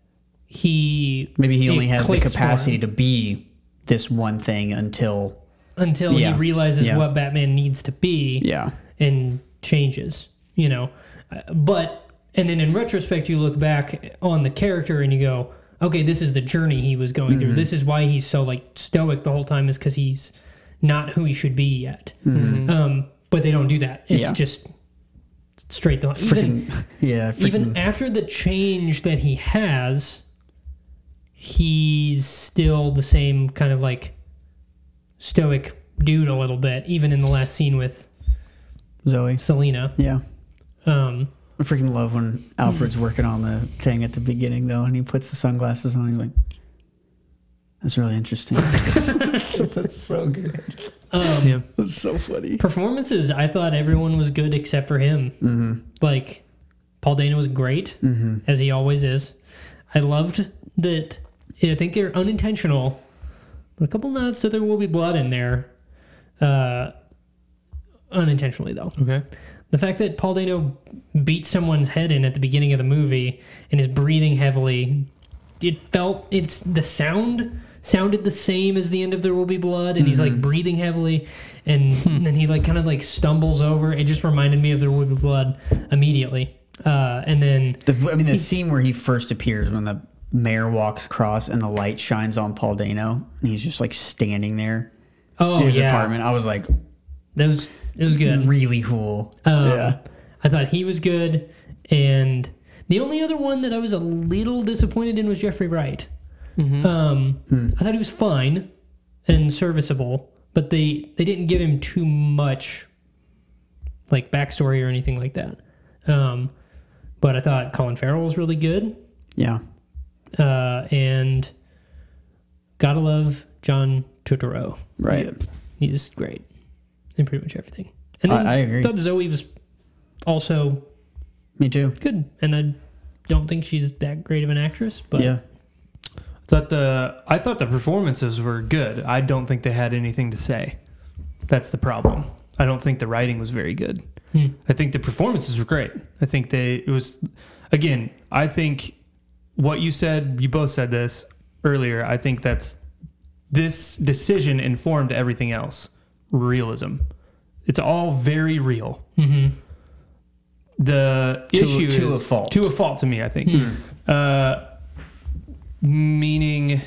S4: he
S1: Maybe he only
S4: it
S1: has the
S4: clicks for
S1: capacity
S4: him
S1: to be this one thing until
S4: until
S1: Yeah.
S4: he realizes
S1: Yeah.
S4: what Batman needs to be
S1: yeah,
S4: and changes. You know, Uh, but and then in retrospect, you look back on the character and you go, okay, this is the journey he was going through. This is why he's so like stoic the whole time is because he's not who he should be yet. Um, but they don't do that. It's
S1: Yeah.
S4: just straight the even
S1: freaking yeah, freaking,
S4: even after the change that he has, he's still the same kind of like stoic dude a little bit, even in the last scene with
S1: Zoe.
S4: Selena.
S1: Yeah,
S4: Um,
S1: I freaking love when Alfred's working on the thing at the beginning though, and he puts the sunglasses on. He's like, "That's really interesting." That's so good.
S4: um,
S1: That's so funny.
S4: Performances, I thought everyone was good except for him. Mm-hmm. Like, Paul Dana was great, as he always is. I loved that. I think they're unintentional. A couple nods that there will be blood in there. Uh, unintentionally, though.
S3: okay,
S4: The fact that Paul Dano beat someone's head in at the beginning of the movie and is breathing heavily, it felt it's the sound sounded the same as the end of There Will Be Blood, and he's
S1: Mm-hmm.
S4: like breathing heavily, and
S1: Hmm.
S4: then he like kind of like stumbles over. It just reminded me of There Will Be Blood immediately, uh, and then
S1: The, I mean, the scene where he first appears when the mayor walks across and the light shines on Paul Dano, and he's just like standing there
S4: oh
S1: in his
S4: yeah,
S1: apartment. Mm-hmm. I was like,
S4: that was it was good.
S1: really cool.
S4: Um,
S1: yeah.
S4: I thought he was good, and the only other one that I was a little disappointed in was Jeffrey Wright. Um, I thought he was fine and serviceable, but they they didn't give him too much like backstory or anything like that. Um, but I thought Colin Farrell was really good,
S1: Yeah.
S4: uh, and gotta love John Turturro.
S1: Right.
S4: He's great in pretty much everything. And
S1: I- I agree.
S4: Thought Zoe was also
S1: Me too.
S4: good, and I don't think she's that great of an actress, but
S1: yeah.
S3: thought the I thought the performances were good. I don't think they had anything to say. That's the problem. I don't think the writing was very good.
S4: Hmm.
S3: I think the performances were great. I think they it was again, I think what you said, you both said this earlier. I think that's this decision informed everything else. Realism. It's all very real. The
S1: Mm-hmm. To-
S3: issue
S1: to
S3: is
S1: a fault. Hmm.
S3: to a fault to me. I think, uh, meaning,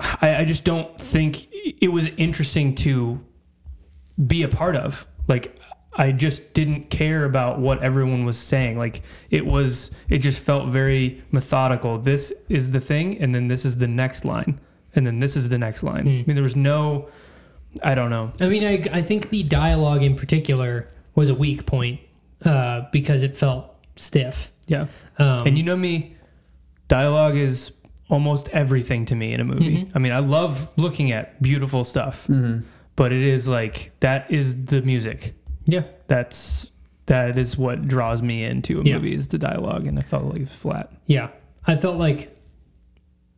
S3: I, I just don't think it was interesting to be a part of. Like I just didn't care about what everyone was saying. Like it was it just felt very methodical. This is the thing and then this is the next line and then this is the next line. I mean there was no I don't know.
S4: I mean, I, I think the dialogue in particular was a weak point uh, because it felt stiff.
S3: Yeah.
S4: Um,
S3: And you know me, dialogue is almost everything to me in a movie. I mean, I love looking at beautiful stuff. But it is like that is the music.
S4: yeah,
S3: That's that is what draws me into a
S4: Yeah.
S3: movie is the dialogue and I felt like it was flat.
S4: yeah, I felt like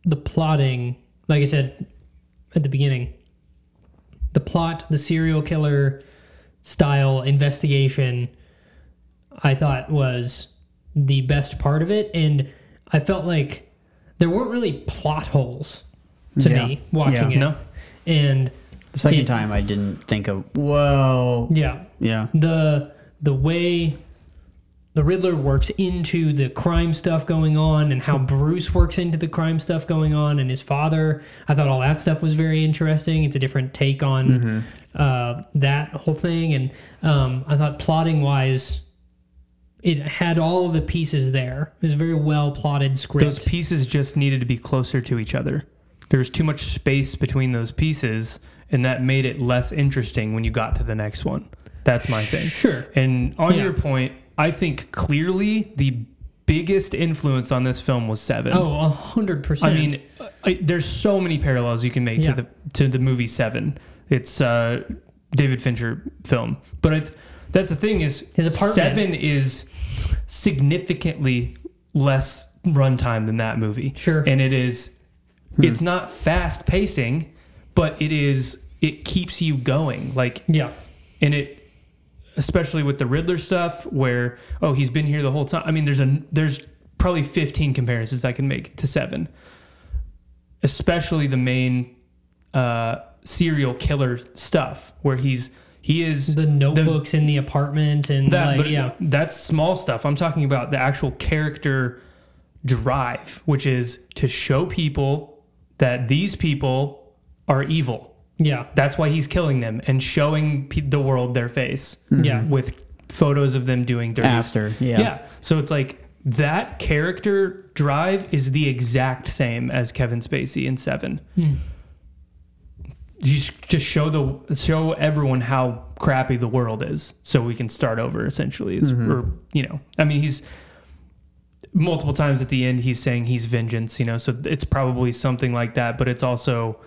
S4: the plotting, like I said at the beginning, the plot, the serial killer style investigation, I thought was the best part of it, and I felt like there weren't really plot holes to
S1: Yeah.
S4: me watching
S1: Yeah.
S4: it,
S3: No?
S4: and
S1: The second
S4: Yeah.
S1: time I didn't think of, whoa.
S4: yeah,
S1: Yeah.
S4: the the way the Riddler works into the crime stuff going on and how Bruce works into the crime stuff going on and his father. I thought all that stuff was very interesting. It's a different take on
S3: Mm-hmm.
S4: uh, that whole thing. And um, I thought plotting wise, it had all of the pieces there. It was a very well plotted script.
S3: those pieces just needed to be closer to each other. There was too much space between those pieces, and that made it less interesting when you got to the next one. That's my thing.
S4: Sure.
S3: And on
S4: Yeah.
S3: your point, I think clearly the biggest influence on this film was Seven.
S4: Oh, a hundred percent.
S3: I mean, I, there's so many parallels you can make
S4: Yeah.
S3: to the to the movie Seven. It's uh, David Fincher film, but it's that's the thing is
S4: His apartment.
S3: seven is significantly less runtime than that movie.
S4: Sure.
S3: and it is it's not fast pacing, but it is it keeps you going like
S4: Yeah.
S3: and it especially with the Riddler stuff where oh he's been here the whole time. I mean there's a there's probably 15 comparisons I can make to 7. Especially the main uh serial killer stuff where he's he is
S4: The notebooks in the apartment and
S3: that,
S4: like
S3: but
S4: yeah.
S3: that's small stuff. I'm talking about the actual character drive, which is to show people that these people are evil.
S4: Yeah.
S3: That's why he's killing them and showing pe- the world their face.
S4: Yeah.
S3: With photos of them doing dirty
S1: After, yeah.
S3: Yeah. So it's like that character drive is the exact same as Kevin Spacey in Seven. You s- just show the show everyone how crappy the world is, so we can start over. Essentially, is, or you know, I mean, he's multiple times at the end he's saying he's vengeance. You know, so it's probably something like that, but it's also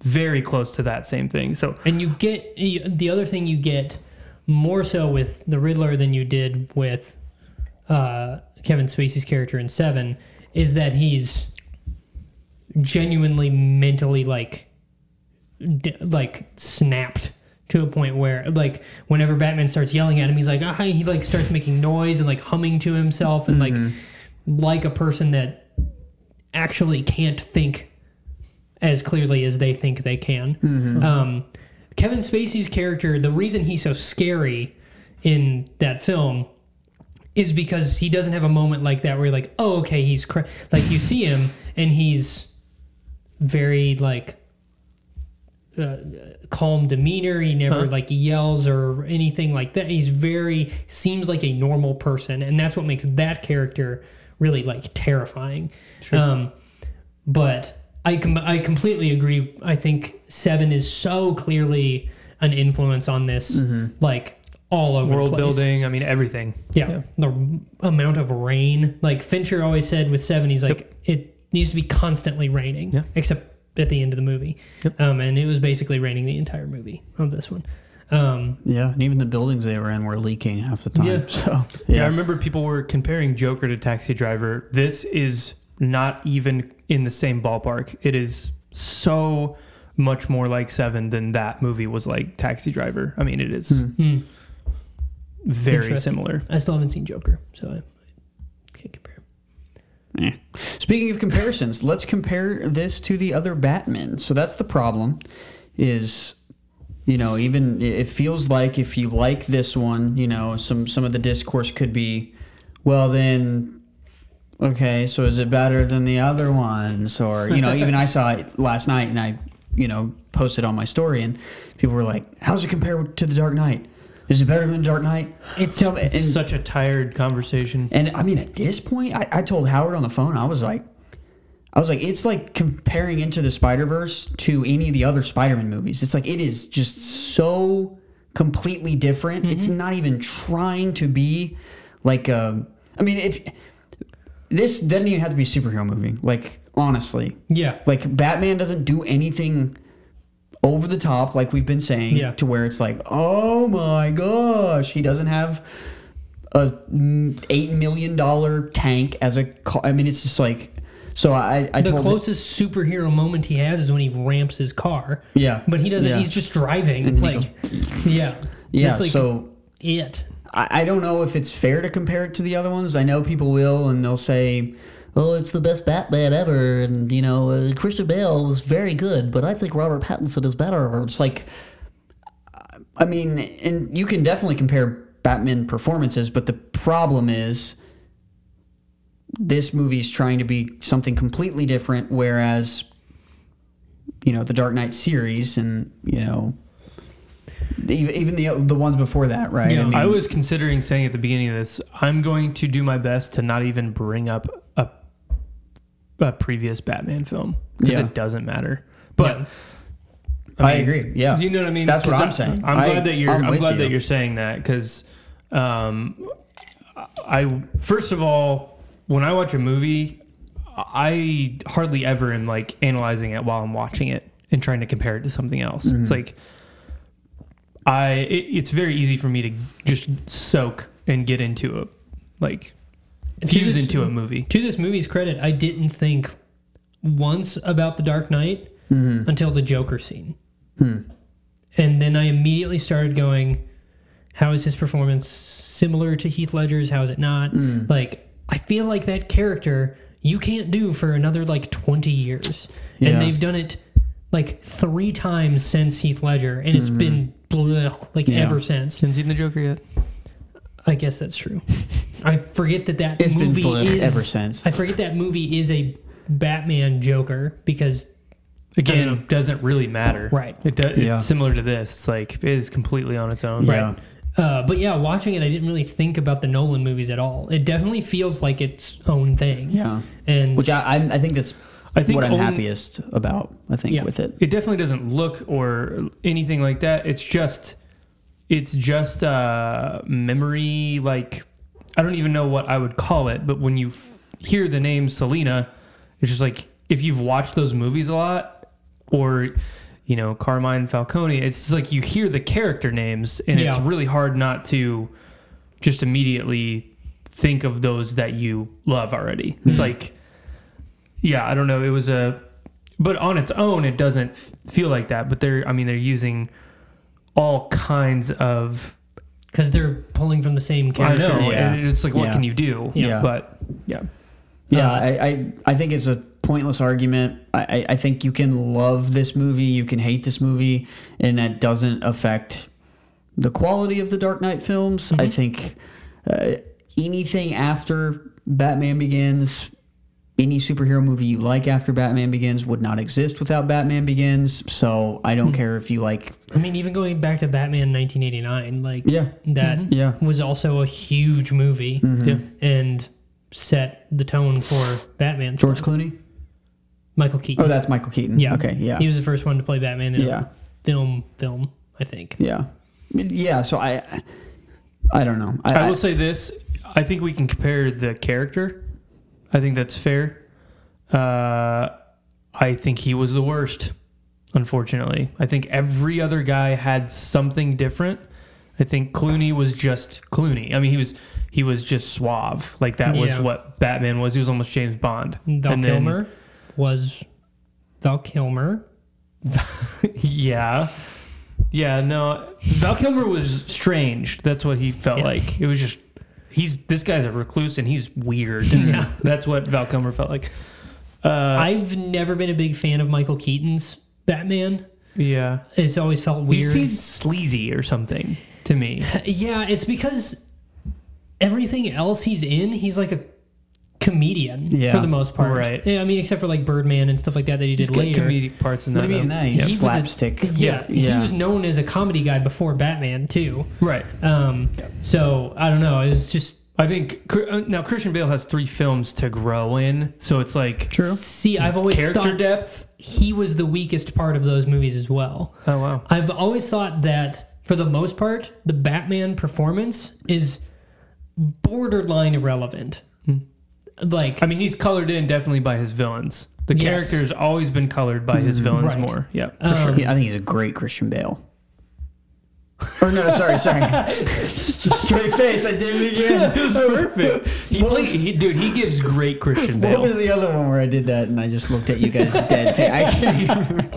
S3: very close to that same thing. So
S4: And you get you- the other thing you get more so with the Riddler than you did with uh, Kevin Spacey's character in Seven is that he's genuinely mentally like d- like snapped to a point where like whenever Batman starts yelling at him, he's like ah, he like starts making noise and like humming to himself and like like a person that actually can't think as clearly as they think they can. Um, Kevin Spacey's character, the reason he's so scary in that film is because he doesn't have a moment like that where you're like, oh, okay, he's cra-. like you see him and he's very like uh, calm demeanor. He never like yells or anything like that. He's very seems like a normal person, and that's what makes that character really like terrifying. Um, but I com- I completely agree. I think Seven is so clearly an influence on this, like all over the
S3: Mm-hmm. world
S4: place.
S3: building, I mean, everything.
S4: Yeah. The amount of rain. Like Fincher always said with seven, he's like, it needs to be constantly raining,
S3: Yeah.
S4: except at the end of the movie. Um, and it was basically raining the entire movie on this one. Um,
S1: Yeah, and even the buildings they were in were leaking half the time.
S4: Yeah.
S1: So
S3: Yeah, I remember people were comparing Joker to Taxi Driver. This is not even in the same ballpark. It is so much more like Seven than that movie was like Taxi Driver. I mean, it is
S1: Hmm.
S3: Hmm. very
S4: Interesting.
S3: similar.
S4: I still haven't seen Joker, so I can't compare.
S1: Eh. Speaking of comparisons, let's compare this to the other Batman. So that's the problem is you know, even it feels like if you like this one, you know, some some of the discourse could be well then okay, so is it better than the other ones or you know, even I saw it last night and I, you know, posted on my story and people were like, "How's it compared to The Dark Knight? Is it better than Dark Knight?"
S4: It's-
S1: me,
S3: It's
S1: and-
S3: such a tired conversation.
S1: and I mean, at this point, I, I told Howard on the phone, I was like, I was like, it's like comparing Into the Spider Verse to any of the other Spider Man movies. It's like, it is just so completely different. It's not even trying to be like, um, I mean, if this doesn't even have to be a superhero movie, like, honestly,
S4: Yeah.
S1: like Batman doesn't do anything over the top like we've been saying
S4: Yeah.
S1: to where it's like oh my gosh he does't have a mm, 8 million dollar tank as a car I mean it's just like so I I
S4: The
S1: told
S4: closest superhero moment he has is when he ramps his car.
S1: Yeah.
S4: But he doesn't.
S1: Yeah.
S4: He's just driving.
S1: And he
S4: like, yeah.
S1: yeah
S4: That's like
S1: so
S4: it.
S1: I, I don't know if it's fair to compare it to the other ones I know people will and they'll say oh it's the best Batman ever and you know uh, Christian Bale was very good but I think Robert Pattinson is better or it's like I mean, and you can definitely compare Batman performances, but the problem is this movie's trying to be something completely different, whereas you know the Dark Knight series and you know e- even the the ones before that, right?
S4: Yeah.
S1: I mean,
S3: I was considering saying at the beginning of this, I'm going to do my best to not even bring up a, a previous Batman film because
S1: Yeah.
S3: it doesn't matter. But
S1: I
S3: mean,
S1: agree. Yeah,
S3: You know what I mean?
S1: That's what
S3: 'Cause
S1: I'm saying.
S3: I'm
S1: I-
S3: glad that you're.
S1: I'm
S3: I'm,
S1: with
S3: glad that
S1: you.
S3: you're saying that because, um, I first of all, when I watch a movie, I hardly ever am like analyzing it while I'm watching it. and trying to compare it to something else.
S1: Mm-hmm.
S3: It's like I it, it's very easy for me to just soak and get into a like fuse
S4: this-
S3: into a movie.
S4: To this movie's credit, I didn't think once about The Dark Knight
S1: Mm-hmm.
S4: until the Joker scene.
S1: Hmm.
S4: And then I immediately started going, how is his performance similar to Heath Ledger's? How is it not?
S1: Hmm.
S4: Like, I feel like that character you can't do for another like 20 years.
S1: Yeah.
S4: And they've done it like three times since Heath Ledger, and it's been bleh, like
S1: Mm-hmm. Yeah.
S4: ever since.
S3: Haven't seen the Joker yet.
S4: I guess that's true. I forget that that
S1: It's been
S4: movie
S1: bleh
S4: is
S1: ever since.
S4: I forget that movie is a Batman Joker because
S3: Again,
S4: I don't know.
S3: doesn't really matter.
S4: Right.
S3: It does.
S1: Yeah.
S3: It's similar to this. It's like it is completely on its own.
S1: Yeah.
S4: uh, but yeah, watching it I didn't really think about the Nolan movies at all. It definitely feels like its own thing.
S1: Yeah.
S4: And
S1: Which I, I, I think that's
S3: I think
S1: what I'm
S3: only-
S1: happiest about, I think,
S4: Yeah.
S1: with it.
S3: It definitely doesn't look or anything like that. It's just, it's just uh, memory. Like I don't even know what I would call it, but when you f- hear the name Selena, it's just like if you've watched those movies a lot, or you know Carmine Falcone, it's just like you hear the character names, and it's
S4: Yeah.
S3: really hard not to just immediately think of those that you love already. It's like, yeah, I don't know. It was a, but on its own, it doesn't f- feel like that. But they're, I mean, they're using all kinds of.
S4: because they're pulling from the same
S3: I
S4: character.
S3: know.
S1: Yeah.
S3: and it's like, what
S1: Yeah.
S3: can you do?
S1: Yeah.
S3: But yeah,
S4: Uh,
S1: Yeah, I, I, I think it's a pointless argument. I, I, I think you can love this movie, you can hate this movie, and that doesn't affect the quality of the Dark Knight films.
S4: Mm-hmm.
S1: I think uh, anything after Batman Begins, any superhero movie you like after Batman Begins would not exist without Batman Begins. So I
S4: Mm-hmm.
S1: don't care if you like.
S4: I mean, even going back to Batman 1989, like
S1: Yeah. Mm-hmm.
S4: that
S1: Yeah. Mm-hmm.
S4: was also a huge movie and set the tone for Batman.
S1: George
S4: stuff.
S1: Clooney?
S4: Michael
S1: Oh,
S4: Keaton.
S1: that's Michael Keaton.
S4: yeah.
S1: Okay. Yeah.
S4: He was the first one to play Batman in
S1: Yeah.
S4: a film. Film, I think.
S1: Yeah. Yeah. So I, I don't know.
S3: I will say this: I think we can compare the character. I think that's fair. Uh, I think he was the worst. Unfortunately, I think every other guy had something different. I think Clooney was just Clooney. I mean, he was he was just suave. Like that was
S4: Yeah.
S3: what Batman was. He was almost James Bond.
S4: Val
S3: And then-
S4: Kilmer was Val Kilmer.
S3: Yeah. Yeah, no. Val Kilmer was strange. That's what he felt
S4: Yeah.
S3: like. It was just he's this guy's a recluse and he's weird. yeah. That's what Val Kilmer felt like. Uh
S4: I've never been a big fan of Michael Keaton's Batman.
S3: yeah.
S4: It's always felt
S3: He
S4: weird.
S3: seems sleazy or something to me.
S4: yeah, it's because everything else he's in, he's like a comedian
S1: Yeah.
S4: for the most part.
S3: Right.
S4: Yeah, I mean, except for like Birdman and stuff like that that he did
S3: He's got
S4: later.
S3: comedic parts in that.
S1: What do you mean
S3: though.
S1: that? He's
S4: He was a-
S1: slapstick.
S4: Yeah,
S1: Yeah.
S4: he was known as a comedy guy before Batman too.
S3: Right.
S4: Um, so I don't know. It was just
S3: I think Cr- uh, now Christian Bale has 3 films to grow in, so it's like
S1: True.
S4: see, I've always
S3: character
S4: thought
S3: depth.
S4: he was the weakest part of those movies as well.
S3: Oh wow.
S4: I've always thought that for the most part, the Batman performance is borderline irrelevant.
S1: Hmm.
S4: Like
S3: I mean, he's colored in definitely by his villains. The
S4: Yes.
S3: character's always been colored by his villains
S4: Right.
S3: more. Yeah, for
S4: um,
S3: sure.
S1: Yeah, I think he's a great Christian Bale. or no, sorry, sorry. Straight face. I did it again.
S3: Perfect. He
S1: What-
S3: play, he, dude, he gives great Christian
S1: What was
S3: Bale.
S1: the other one where I did that and I just looked at you guys dead? I can't even-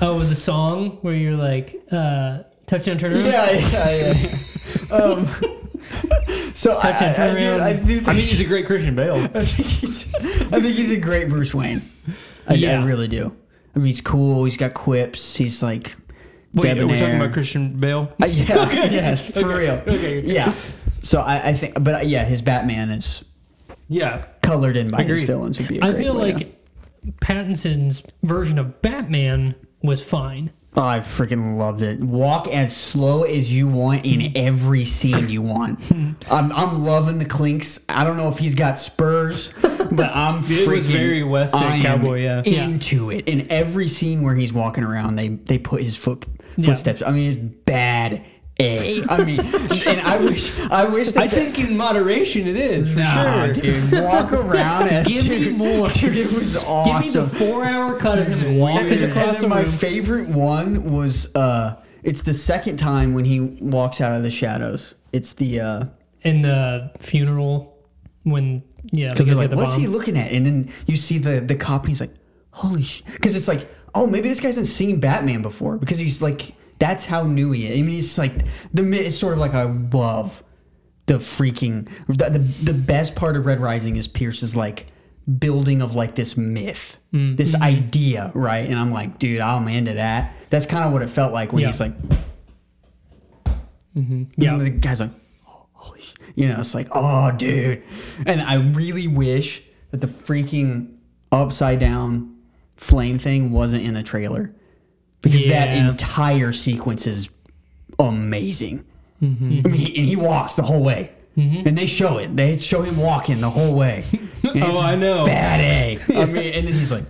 S4: oh, with the song where you're like uh, touchdown turnaround.
S1: yeah, yeah, yeah. Um, so I,
S4: Touchdown,
S1: I, I, do,
S4: turnaround.
S1: I do think,
S3: I mean, he's a great Christian Bale.
S1: I think he's, I think he's a great Bruce Wayne. I, I
S4: Yeah.
S1: really do. I mean, he's cool. He's got quips. He's like.
S3: Wait, we're
S1: debonair.
S3: talking about Christian Bale.
S1: Uh, yeah. Yes. For real.
S3: okay.
S1: Yeah. So I, I think, but uh, yeah, his Batman is
S3: Yeah,
S1: colored in by his
S3: Agreed.
S1: villains would be. I
S4: I feel like Pattinson's version of Batman was fine.
S1: oh, I freaking loved it. Walk as slow as you want in every scene you want. I'm, I'm loving the clinks. I don't know if he's got spurs, but I'm
S3: It
S1: freaking.
S3: was very West End
S1: I am
S3: cowboy, yeah.
S4: Yeah.
S1: into it in every scene where he's walking around. They they put his foot
S4: Yeah.
S1: footsteps. I mean, it's bad A. I mean, and I wish, I wish that
S3: I think in moderation it is for
S1: Nah,
S3: sure.
S1: Uh, dude, walk around and
S4: Give me
S1: dude,
S4: more.
S1: Dude, it was
S4: Give me the
S1: awesome.
S4: four-hour cut of him walking
S1: and
S4: across the
S1: then my
S4: room.
S1: favorite one was uh, it's the second time when he walks out of the shadows. It's the uh,
S4: in the funeral when yeah
S1: because
S4: the
S1: they're like,
S4: guys got the
S1: what's he
S4: bomb."
S1: looking at? And then you see the the cop, and he's like, holy shit, because it's like, oh, maybe this guy hasn't seen Batman before because he's like, that's how new he is. I mean, it's like the mi- it's sort of like I love the freaking the, the, the best part of Red Rising is Pierce's like building of like this myth, this
S4: Mm-hmm.
S1: idea, right? And I'm like, dude, I'm into that. That's kind of what it felt like when
S4: Yeah.
S1: he's like,
S4: Yeah.
S1: and the guy's like, holy sh-. You know, it's like, oh, dude. And I really wish that the freaking upside down flame thing wasn't in the trailer because that
S4: Yeah.
S1: entire sequence is amazing.
S4: Mm-hmm.
S1: I mean, he, and he walks the whole way. And they show it. They show him walking the whole way. And
S3: Oh,
S1: it's
S3: I know.
S1: Bad A. I mean, and then he's like,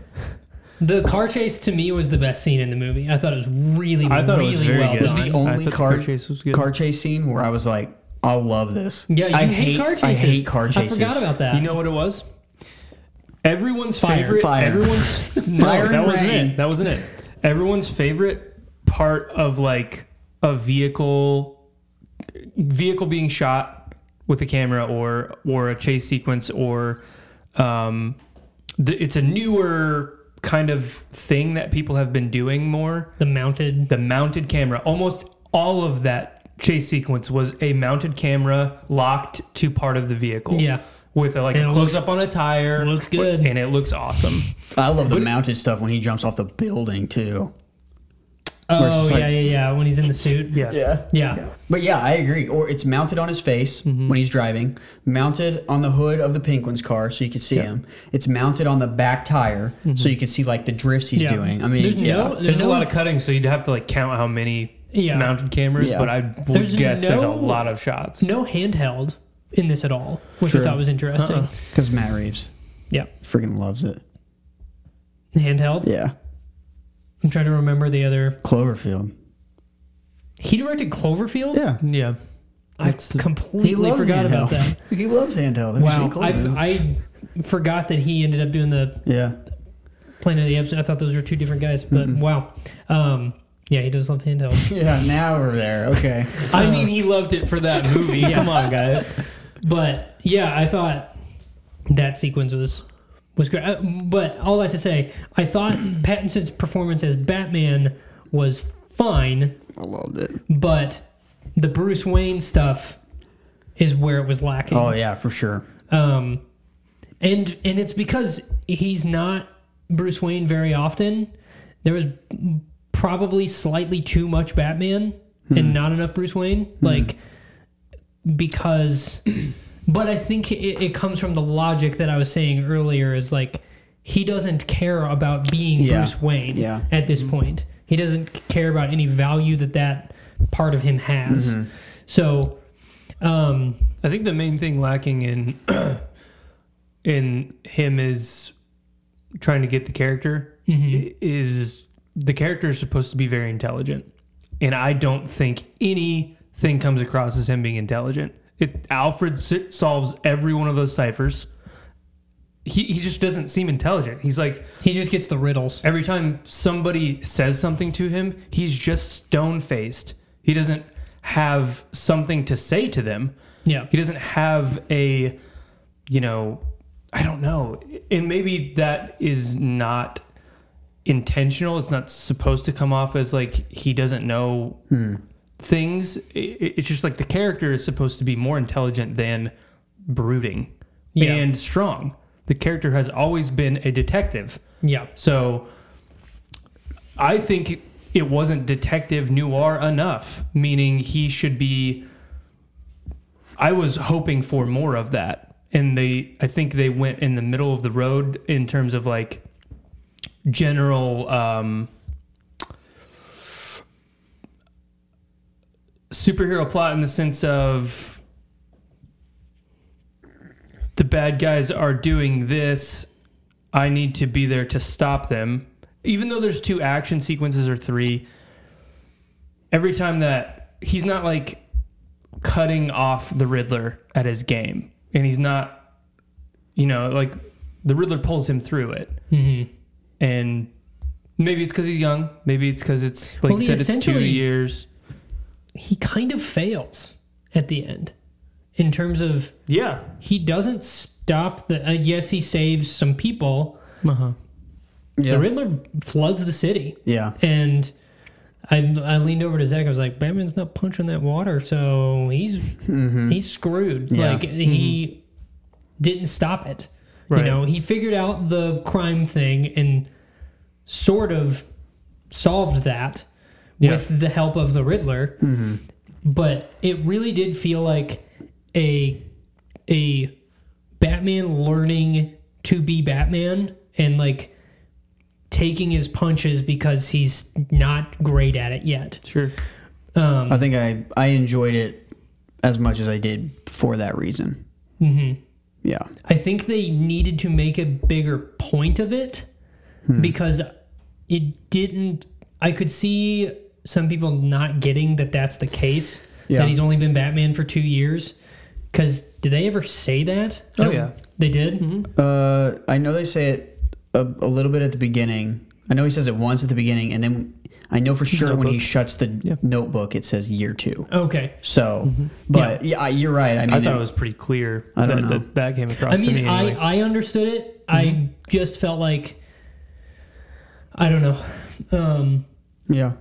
S4: the car chase to me was the best scene in the movie i thought it was really
S3: I thought it
S4: really
S3: was very
S4: well
S3: good. It was
S4: done
S1: the
S3: I
S1: only
S3: thought the
S1: car,
S3: car chase was good.
S1: car chase scene where I was like, I love this.
S4: yeah you
S1: I
S4: hate, car chases
S1: I hate car chases.
S4: i forgot about that
S3: You know what it was? Everyone's
S4: Fire.
S3: favorite.
S1: Fire.
S3: Everyone's no,
S1: Fire
S3: that
S1: and
S3: wasn't
S1: rain.
S3: it. That wasn't it. Everyone's favorite part of like a vehicle, vehicle being shot with a camera or or a chase sequence or, um, th- it's a newer kind of thing that people have been doing more
S4: the mounted
S3: the mounted camera. Almost all of that chase sequence was a mounted camera locked to part of the vehicle.
S4: Yeah.
S3: With a, like
S4: And
S3: a
S4: it
S3: close
S4: looks-
S3: up on a tire.
S4: looks good.
S3: And it looks awesome.
S1: I love the mounted stuff when he jumps off the building too. Where it's
S4: oh
S1: just
S4: yeah
S1: like-
S4: yeah yeah when he's in the suit
S1: Yeah.
S4: yeah,
S1: But yeah, I agree. Or it's mounted on his face
S4: Mm-hmm.
S1: when he's driving, mounted on the hood of the penguin's car so you can see him. It's mounted on the back tire so you can see like the drifts he's
S4: Mm-hmm. Yeah.
S1: doing. I mean,
S4: There's
S1: yeah.
S4: no-
S3: There's
S4: no-
S3: a lot of cutting, so you'd have to like count how many
S4: Yeah.
S3: mounted cameras,
S1: Yeah.
S3: but I would
S4: There's
S3: guess there's a
S4: no-
S3: lot of shots.
S4: no handheld in this at all which i
S1: True.
S4: thought was interesting
S3: Uh-uh.
S1: Because Matt Reeves
S4: yeah
S1: freaking loves it.
S4: handheld
S1: Yeah.
S4: i'm trying to remember the other
S1: Cloverfield.
S4: he directed cloverfield
S1: Yeah.
S3: Yeah.
S4: i
S3: That's the-
S4: completely forgot about that
S1: he loves handheld. Have you
S4: wow
S1: seen Cloverfield?
S4: I, I forgot that he ended up doing the
S1: yeah.
S4: Planet of the Apes. I thought those were two different guys, but wow. Um, yeah, he does love handheld.
S1: Yeah, now we're there. Okay.
S4: Uh,
S3: I mean, he loved it for that movie. Come on, guys.
S4: but yeah, I thought that sequence was was great. Uh, But all that to say, I thought Pattinson's performance as Batman was fine,
S1: I loved it.
S4: Mm-hmm. but the Bruce Wayne stuff is where it was lacking.
S1: Oh, yeah, for sure.
S4: Um, and and it's because he's not Bruce Wayne very often. There was probably slightly too much Batman
S1: Hmm.
S4: and not enough Bruce Wayne. Like because, but I think it, it comes from the logic that I was saying earlier. Is like he doesn't care about being
S1: Yeah.
S4: Bruce Wayne
S1: Yeah.
S4: at
S3: Hmm.
S4: this point. He doesn't care about any value that that part of him has.
S1: Mm-hmm.
S4: So, um,
S3: I think the main thing lacking in in him is trying to get the character i- is the character is supposed to be very intelligent, and I don't think anything comes across as him being intelligent. It Alfred s- solves every one of those ciphers. He, he just doesn't seem intelligent. He's like
S4: he just gets the riddles.
S3: every time somebody says something to him, he's just stone faced. He doesn't have something to say to them
S4: Yeah.
S3: he doesn't have a you know i don't know and maybe that is not intentional it's not supposed to come off as like he doesn't know things I- I- it's just like the character is supposed to be more intelligent than brooding
S4: Yeah.
S3: and strong the character has always been a detective
S4: Yeah.
S3: so I think it wasn't detective noir enough, meaning he should be. I was hoping for more of that. And they, I think they went in the middle of the road in terms of like general um, superhero plot in the sense of the bad guys are doing this I need to be there to stop them. Even though there's two action sequences or three, every time that he's not like cutting off the Riddler at his game, and he's not, you know, like the Riddler pulls him through it,
S4: Mhm.
S3: and maybe it's because he's young, maybe it's because it's like
S4: Well,
S3: you
S4: he
S3: said, it's two
S4: essentially-
S3: years.
S4: He kind of fails at the end in terms of
S3: Yeah.
S4: he doesn't stop the. Uh, yes, he saves some people.
S3: Uh huh.
S4: The
S1: Yeah.
S4: Riddler floods the city.
S1: Yeah.
S4: And I, I leaned over to Zach. I was like, Batman's not punching that water, so he's
S3: Mm-hmm.
S4: he's screwed.
S1: Yeah.
S4: Like he didn't stop it.
S3: Right.
S4: You know, he figured out the crime thing and sort of solved that
S3: Yeah. Mm-hmm.
S4: with the help of the Riddler. But it really did feel like a a Batman learning to be Batman and like taking his punches because he's not great at it yet.
S3: Sure.
S1: I think I I enjoyed it as much as I did for that reason. Mm-hmm. Yeah.
S4: I think they needed to make a bigger point of it because it didn't. I could see some people not getting that that's the case.
S1: Yeah.
S4: That he's only been Batman for two years. Because did they ever say that? I
S3: Oh,
S4: don't-
S3: yeah. Mm-hmm.
S4: they did.
S1: Uh, I know they say it a, a little bit at the beginning. I know he says it once at the beginning, and then I know for sure when he shuts the notebook, it says year two.
S4: Okay.
S1: So, but yeah, I- you're right. I mean,
S3: I thought
S1: it-
S3: it was pretty clear
S1: I don't
S3: that,
S1: know.
S3: that that came across
S4: I
S3: to
S4: mean,
S3: me.
S4: I,
S3: like,
S4: I understood it.
S3: Mm-hmm.
S4: I just felt like I don't know. Um,
S1: yeah,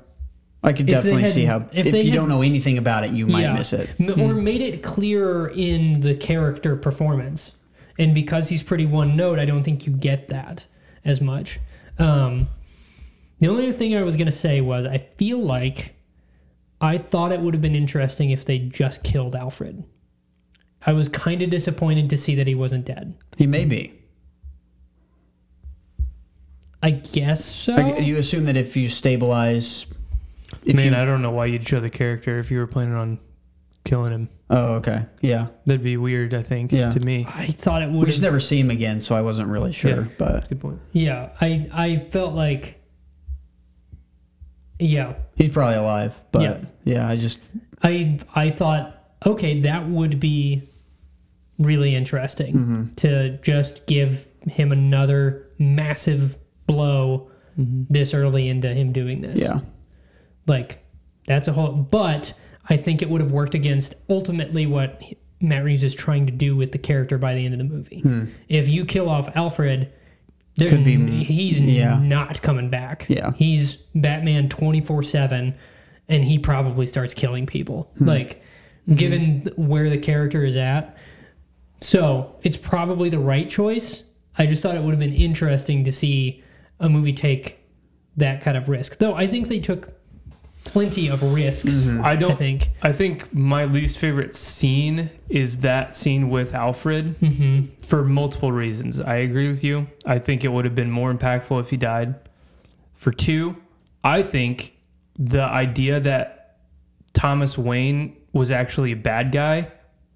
S1: I could
S4: If they
S1: definitely
S4: had-
S1: see how
S4: if
S1: if,
S4: they
S1: you
S4: had-
S1: don't know anything about it, you might
S4: yeah.
S1: miss it. Hmm.
S4: M- Or made it clearer in the character performance. And because he's pretty one note, I don't think you get that as much. Um, the only other thing I was going to say was I feel like I thought it would have been interesting if they just killed Alfred. I was kind of disappointed to see that he wasn't dead.
S1: He may be.
S4: I guess so.
S1: Like, you assume that if you stabilize, if
S3: man,
S1: you.
S3: I don't know why you'd show the character if you were planning on killing him.
S1: oh, okay. Yeah.
S3: That'd be weird, I think,
S1: Yeah.
S3: to me.
S4: I thought it
S1: We
S4: would
S1: just
S4: have
S1: never see him again, so I wasn't really sure.
S3: Yeah.
S1: But
S3: Good point.
S4: Yeah, I I felt like yeah,
S1: he's probably alive. But
S4: Yeah.
S1: yeah I just
S4: I I thought okay, that would be really interesting
S1: Mm-hmm.
S4: to just give him another massive blow this early into him doing this.
S1: yeah.
S4: Like that's a whole but I think it would have worked against ultimately what Matt Reeves is trying to do with the character by the end of the movie. If you kill off Alfred, there's
S1: Hmm. Could be-
S4: n- he's
S1: yeah.
S4: not coming back.
S1: Yeah.
S4: He's Batman 24/7 and he probably starts killing people. Like given where the character is at. So, it's probably the right choice. I just thought it would have been interesting to see a movie take that kind of risk. Though I think they took plenty of risks.
S3: I don't
S4: I think.
S3: I think my least favorite scene is that scene with Alfred
S4: Mm-hmm.
S3: for multiple reasons. I agree with you. I think it would have been more impactful if he died. For two, I think the idea that Thomas Wayne was actually a bad guy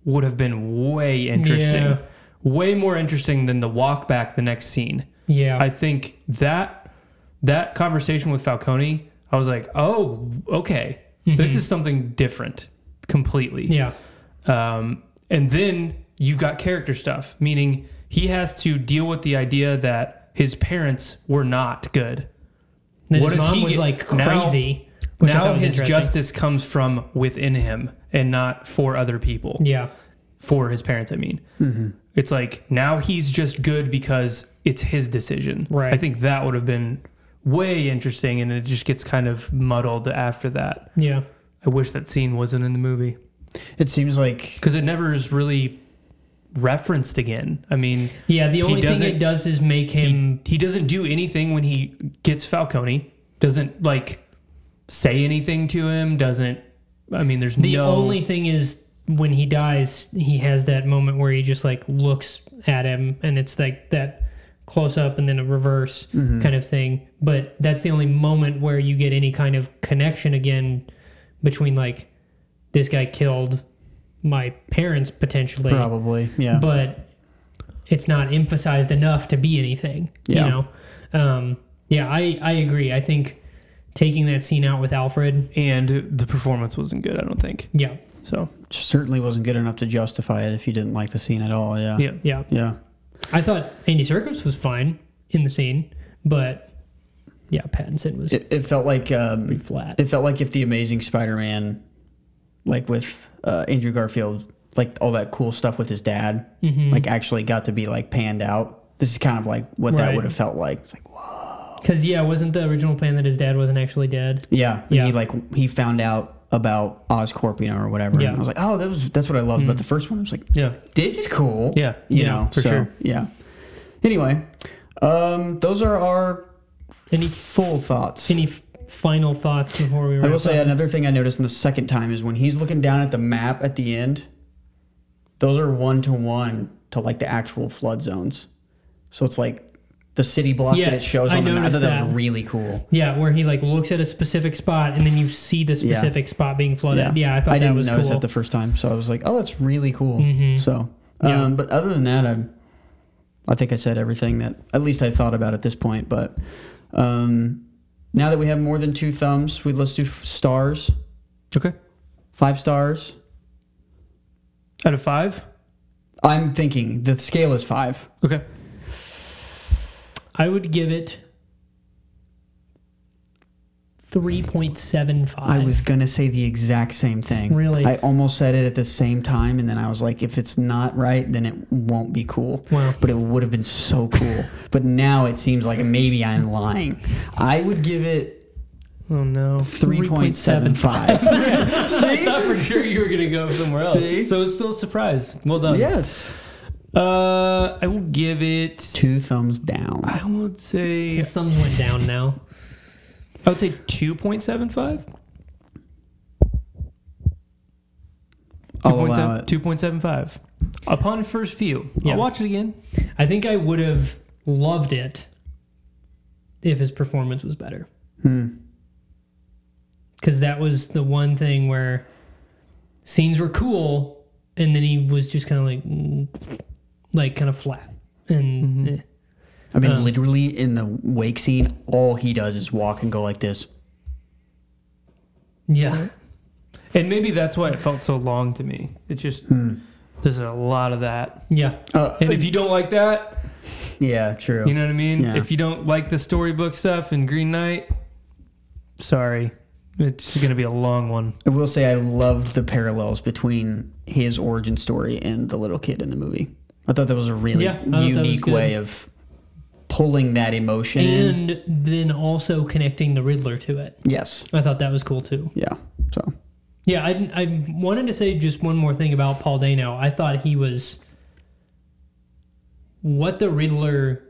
S3: would have been way interesting.
S4: Yeah.
S3: Way more interesting than the walk back the next scene.
S4: Yeah.
S3: I think that that conversation with Falcone, I was like, oh, okay,
S4: Mm-hmm.
S3: this is something different completely.
S4: yeah.
S3: Um, and then you've got character stuff, meaning he has to deal with the idea that his parents were not good.
S4: That
S3: What
S4: his
S3: does
S4: mom
S3: he
S4: was
S3: get-
S4: like
S3: now-
S4: crazy. which I
S3: now
S4: thought was
S3: his
S4: interesting.
S3: justice comes from within him and not for other people.
S4: Yeah.
S3: For his parents, I mean.
S4: Mm-hmm.
S3: It's like now he's just good because it's his decision.
S4: Right.
S3: I think that would have been way interesting and it just gets kind of muddled after that.
S4: Yeah.
S3: I wish that scene wasn't in the movie
S1: It seems like
S3: because it never is really referenced again. I mean,
S4: Yeah. The only thing
S3: doesn't-
S4: it does is make him.
S3: he doesn't do anything when he gets Falcone. Doesn't like say anything to him. Doesn't. I mean, there's
S4: the
S3: no.
S4: only thing is when he dies, he has that moment where he just like looks at him and it's like that close up and then a reverse kind of thing. But that's the only moment where you get any kind of connection again between like this guy killed my parents potentially.
S1: probably yeah.
S4: but it's not emphasized enough to be anything.
S1: Yeah.
S4: You know, um, yeah, I I agree. I think taking that scene out with Alfred.
S3: and the performance wasn't good. I don't think
S4: Yeah,
S3: so.
S1: Certainly wasn't good enough to justify it if you didn't like the scene at all. Yeah.
S3: Yeah,
S4: yeah.
S1: Yeah.
S4: I thought Andy Serkis was fine in the scene, but yeah, Pattinson was
S1: It, it felt like
S4: pretty
S1: um,
S4: flat.
S1: it felt like if the Amazing Spider-Man, like with uh, Andrew Garfield, like all that cool stuff with his dad, like actually got to be like panned out. This is kind of like what that
S4: Right.
S1: would have felt like. It's like
S4: Because yeah, wasn't the original plan that his dad wasn't actually dead?
S1: Yeah, and
S4: Yeah.
S1: He like he found out about Oscorpion or whatever.
S4: Yeah. Hmm.
S1: And I was like, oh, that was that's what I loved about the first one. I was like,
S3: yeah.
S1: this is cool.
S3: Yeah,
S1: you
S3: yeah,
S1: know,
S3: for
S1: so,
S3: sure.
S1: Yeah. Anyway, um, those are our
S4: Any
S1: full thoughts.
S4: any f- final thoughts before we?
S1: I will
S4: wrap
S1: say
S4: up?
S1: another thing I noticed in the second time is when he's looking down at the map at the end. Those are one to one to like the actual flood zones, so it's like the city block that it
S4: Yes,
S1: shows
S4: I
S1: on the map. I thought
S4: noticed
S1: that was
S4: that.
S1: really cool.
S4: Yeah, where he like looks at a specific spot and then you see the specific spot being flooded. Yeah, I thought that
S1: didn't
S4: was
S1: notice
S4: cool. Mm-hmm.
S1: that the first time, so I was like, "Oh, that's really cool." So, um,
S4: Yeah.
S1: but other than that, I, I think I said everything that at least I thought about at this point. But um, now that we have more than two thumbs, we let's do f- stars,
S3: Okay.
S1: five stars.
S3: Out of five.
S1: I'm thinking the scale is five.
S3: Okay.
S4: I would give it three point seven five.
S1: I was gonna say the exact same thing.
S4: Really?
S1: I almost said it at the same time, and then I was like, "If it's not right, then it won't be cool."
S4: Wow.
S1: But it would have been so cool. but now it seems like maybe I'm lying. I would give it
S3: Oh no.
S1: 3.75.
S3: I thought for sure you were gonna go somewhere else.
S1: See?
S3: So it's still a surprise. Well done.
S1: yes.
S3: Uh, I will give it.
S1: Two thumbs down.
S3: I would say.
S4: His thumbs went down now.
S3: I would say two point seven five.
S1: I'll allow it.
S3: Two point seven five. Upon first view,
S4: Yeah.
S3: I'll watch it again.
S4: I think I would have loved it if his performance was better. Because that was the one thing where scenes were cool, and then he was just kind of like, mm, like kind of flat. And eh.
S1: I mean, literally in the wake scene, all he does is walk and go like this.
S4: yeah,
S3: And maybe that's why it felt so long to me. It just
S1: Hmm.
S3: there's a lot of that.
S4: yeah,
S1: Uh,
S3: And if you don't like that,
S1: yeah, true.
S3: you know what I mean.
S1: Yeah.
S3: If you don't like the storybook stuff and Green Knight, sorry, it's gonna be a long one.
S1: I will say I loved the parallels between his origin story and the little kid in the movie. I thought that was a really
S4: Yeah, I thought that was
S1: unique
S4: good.
S1: way of pulling that emotion in.
S4: and then also connecting the Riddler to it.
S1: Yes.
S4: I thought that was cool too.
S1: Yeah. So
S4: Yeah, I, I wanted to say just one more thing about Paul Dano. I thought he was what the Riddler.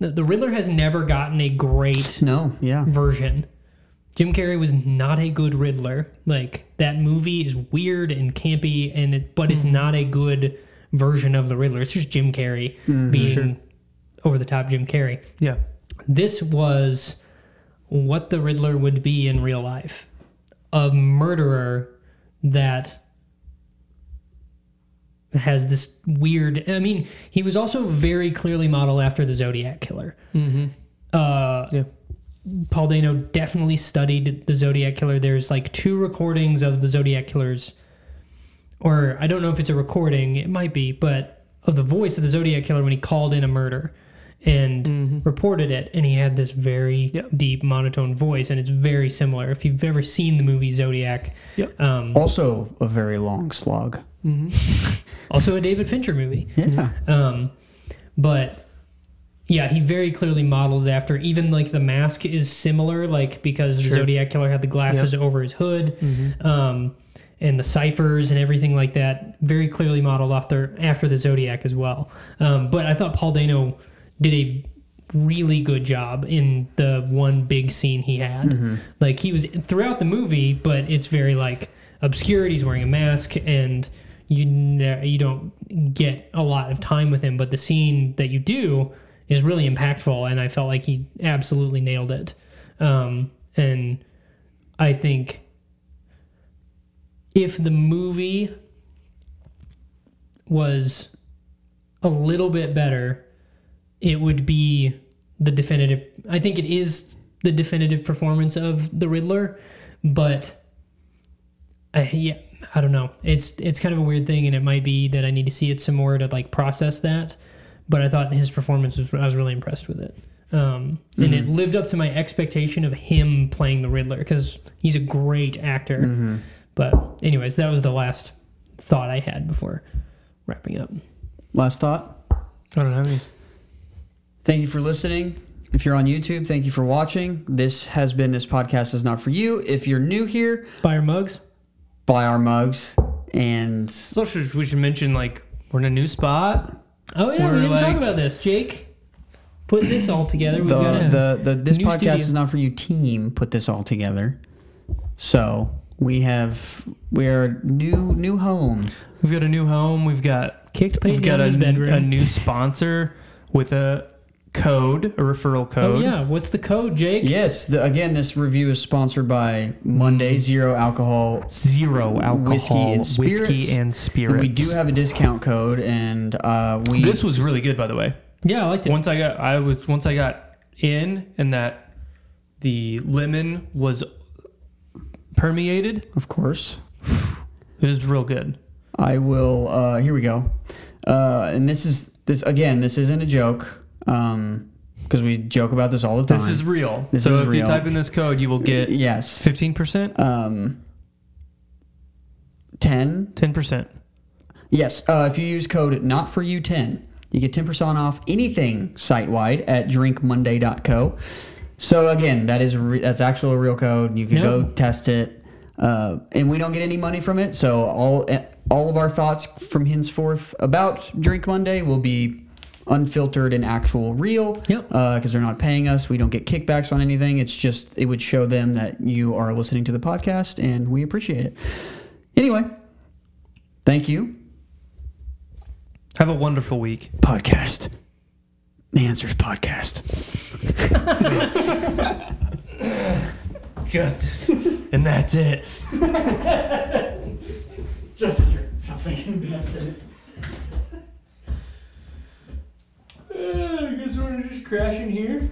S4: The, the Riddler has never gotten a great
S1: no, yeah.
S4: version. Jim Carrey was not a good Riddler. Like that movie is weird and campy, and it, but it's not a good version of the Riddler. It's just Jim Carrey being over the top Jim Carrey
S3: Yeah.
S4: this was what the Riddler would be in real life a murderer that has this weird. I mean, he was also very clearly modeled after the Zodiac Killer. Uh,
S3: Yeah.
S4: Paul Dano definitely studied the Zodiac Killer. There's like two recordings of the Zodiac Killer's, or I don't know if it's a recording, it might be, but of the voice of the Zodiac Killer when he called in a murder and reported it. And he had this very
S3: Mm-hmm. Yep.
S4: deep monotone voice, and it's very similar. If you've ever seen the movie Zodiac,
S3: Yep.
S4: um,
S1: Also a very long slog.
S4: also a David Fincher movie.
S1: Yeah.
S4: Um, but yeah, he very clearly modeled it after. Even like the mask is similar, like because the Zodiac Killer had the glasses over his hood, um, and the ciphers and everything like that. Very clearly modeled after after the Zodiac as well. Um, but I thought Paul Dano did a really good job in the one big scene he had. Like he was throughout the movie, but it's very like obscured. He's wearing a mask, and you ne- you don't get a lot of time with him. But the scene that you do is really impactful, and I felt like he absolutely nailed it. Um, and I think if the movie was a little bit better, it would be the definitive. I think it is the definitive performance of the Riddler, but I, yeah, I don't know. It's it's kind of a weird thing, and it might be that I need to see it some more to like process that. But I thought his performance was I was really impressed with it, um, and it lived up to my expectation of him playing the Riddler because he's a great actor. But anyways, that was the last thought I had before wrapping up.
S1: Last thought.
S3: I don't have any.
S1: Thank you for listening. If you're on YouTube, thank you for watching. This has been This Podcast Is Not For You. If you're new here,
S4: Buy our mugs.
S1: buy our mugs and
S3: So should, we should mention like we're in a new spot.
S4: Oh yeah,
S3: We're
S4: we didn't
S3: like-
S4: talk about this, Jake. Put this all together. We've
S1: the,
S4: got a
S1: the, the This
S4: New
S1: Podcast
S4: studio.
S1: Is Not For You team put this all together. So we have we are new new home.
S3: We've got a new home. We've got
S4: kicked Peyton
S3: we've got
S4: out
S3: a,
S4: of his bedroom.
S3: a new sponsor with a code, a referral
S4: oh
S3: code.
S4: yeah, what's the code, Jake?
S1: Yes, the, again this review is sponsored by Monday Zero Alcohol
S3: Zero Mm-hmm. alcohol,
S1: Whiskey and spirits.
S3: Whiskey and spirits.
S1: And we do have a discount code, and uh, we
S3: This was really good, by the way.
S4: Yeah, I liked it.
S3: Once I got, I was once I got in, and that the lemon was permeated.
S1: of course
S3: It was real good.
S1: I will. Uh, here we go. Uh, and this is this again. This isn't a joke because we joke about this all the time.
S3: This is real.
S1: This
S3: so
S1: is
S3: if you
S1: real.
S3: type in this code, you will get
S1: yes.
S3: fifteen percent,
S1: Um, ten.
S3: ten percent.
S1: Yes. Uh, if you use code not for you ten, you get ten percent off anything site wide at drinkmonday.co. So again, that is re- that's actual real code. You can
S4: Yeah.
S1: go test it, uh, and we don't get any money from it. So all eh, all of our thoughts from henceforth about Drink Monday will be unfiltered and actual real.
S4: Yep.
S1: Because they're not paying us, we don't get kickbacks on anything. It's just it would show them that you are listening to the podcast, and we appreciate it. Anyway, thank you.
S3: Have a wonderful week.
S1: Podcast. The answers podcast.
S3: Justice, and that's it.
S4: I guess we're just crashing here.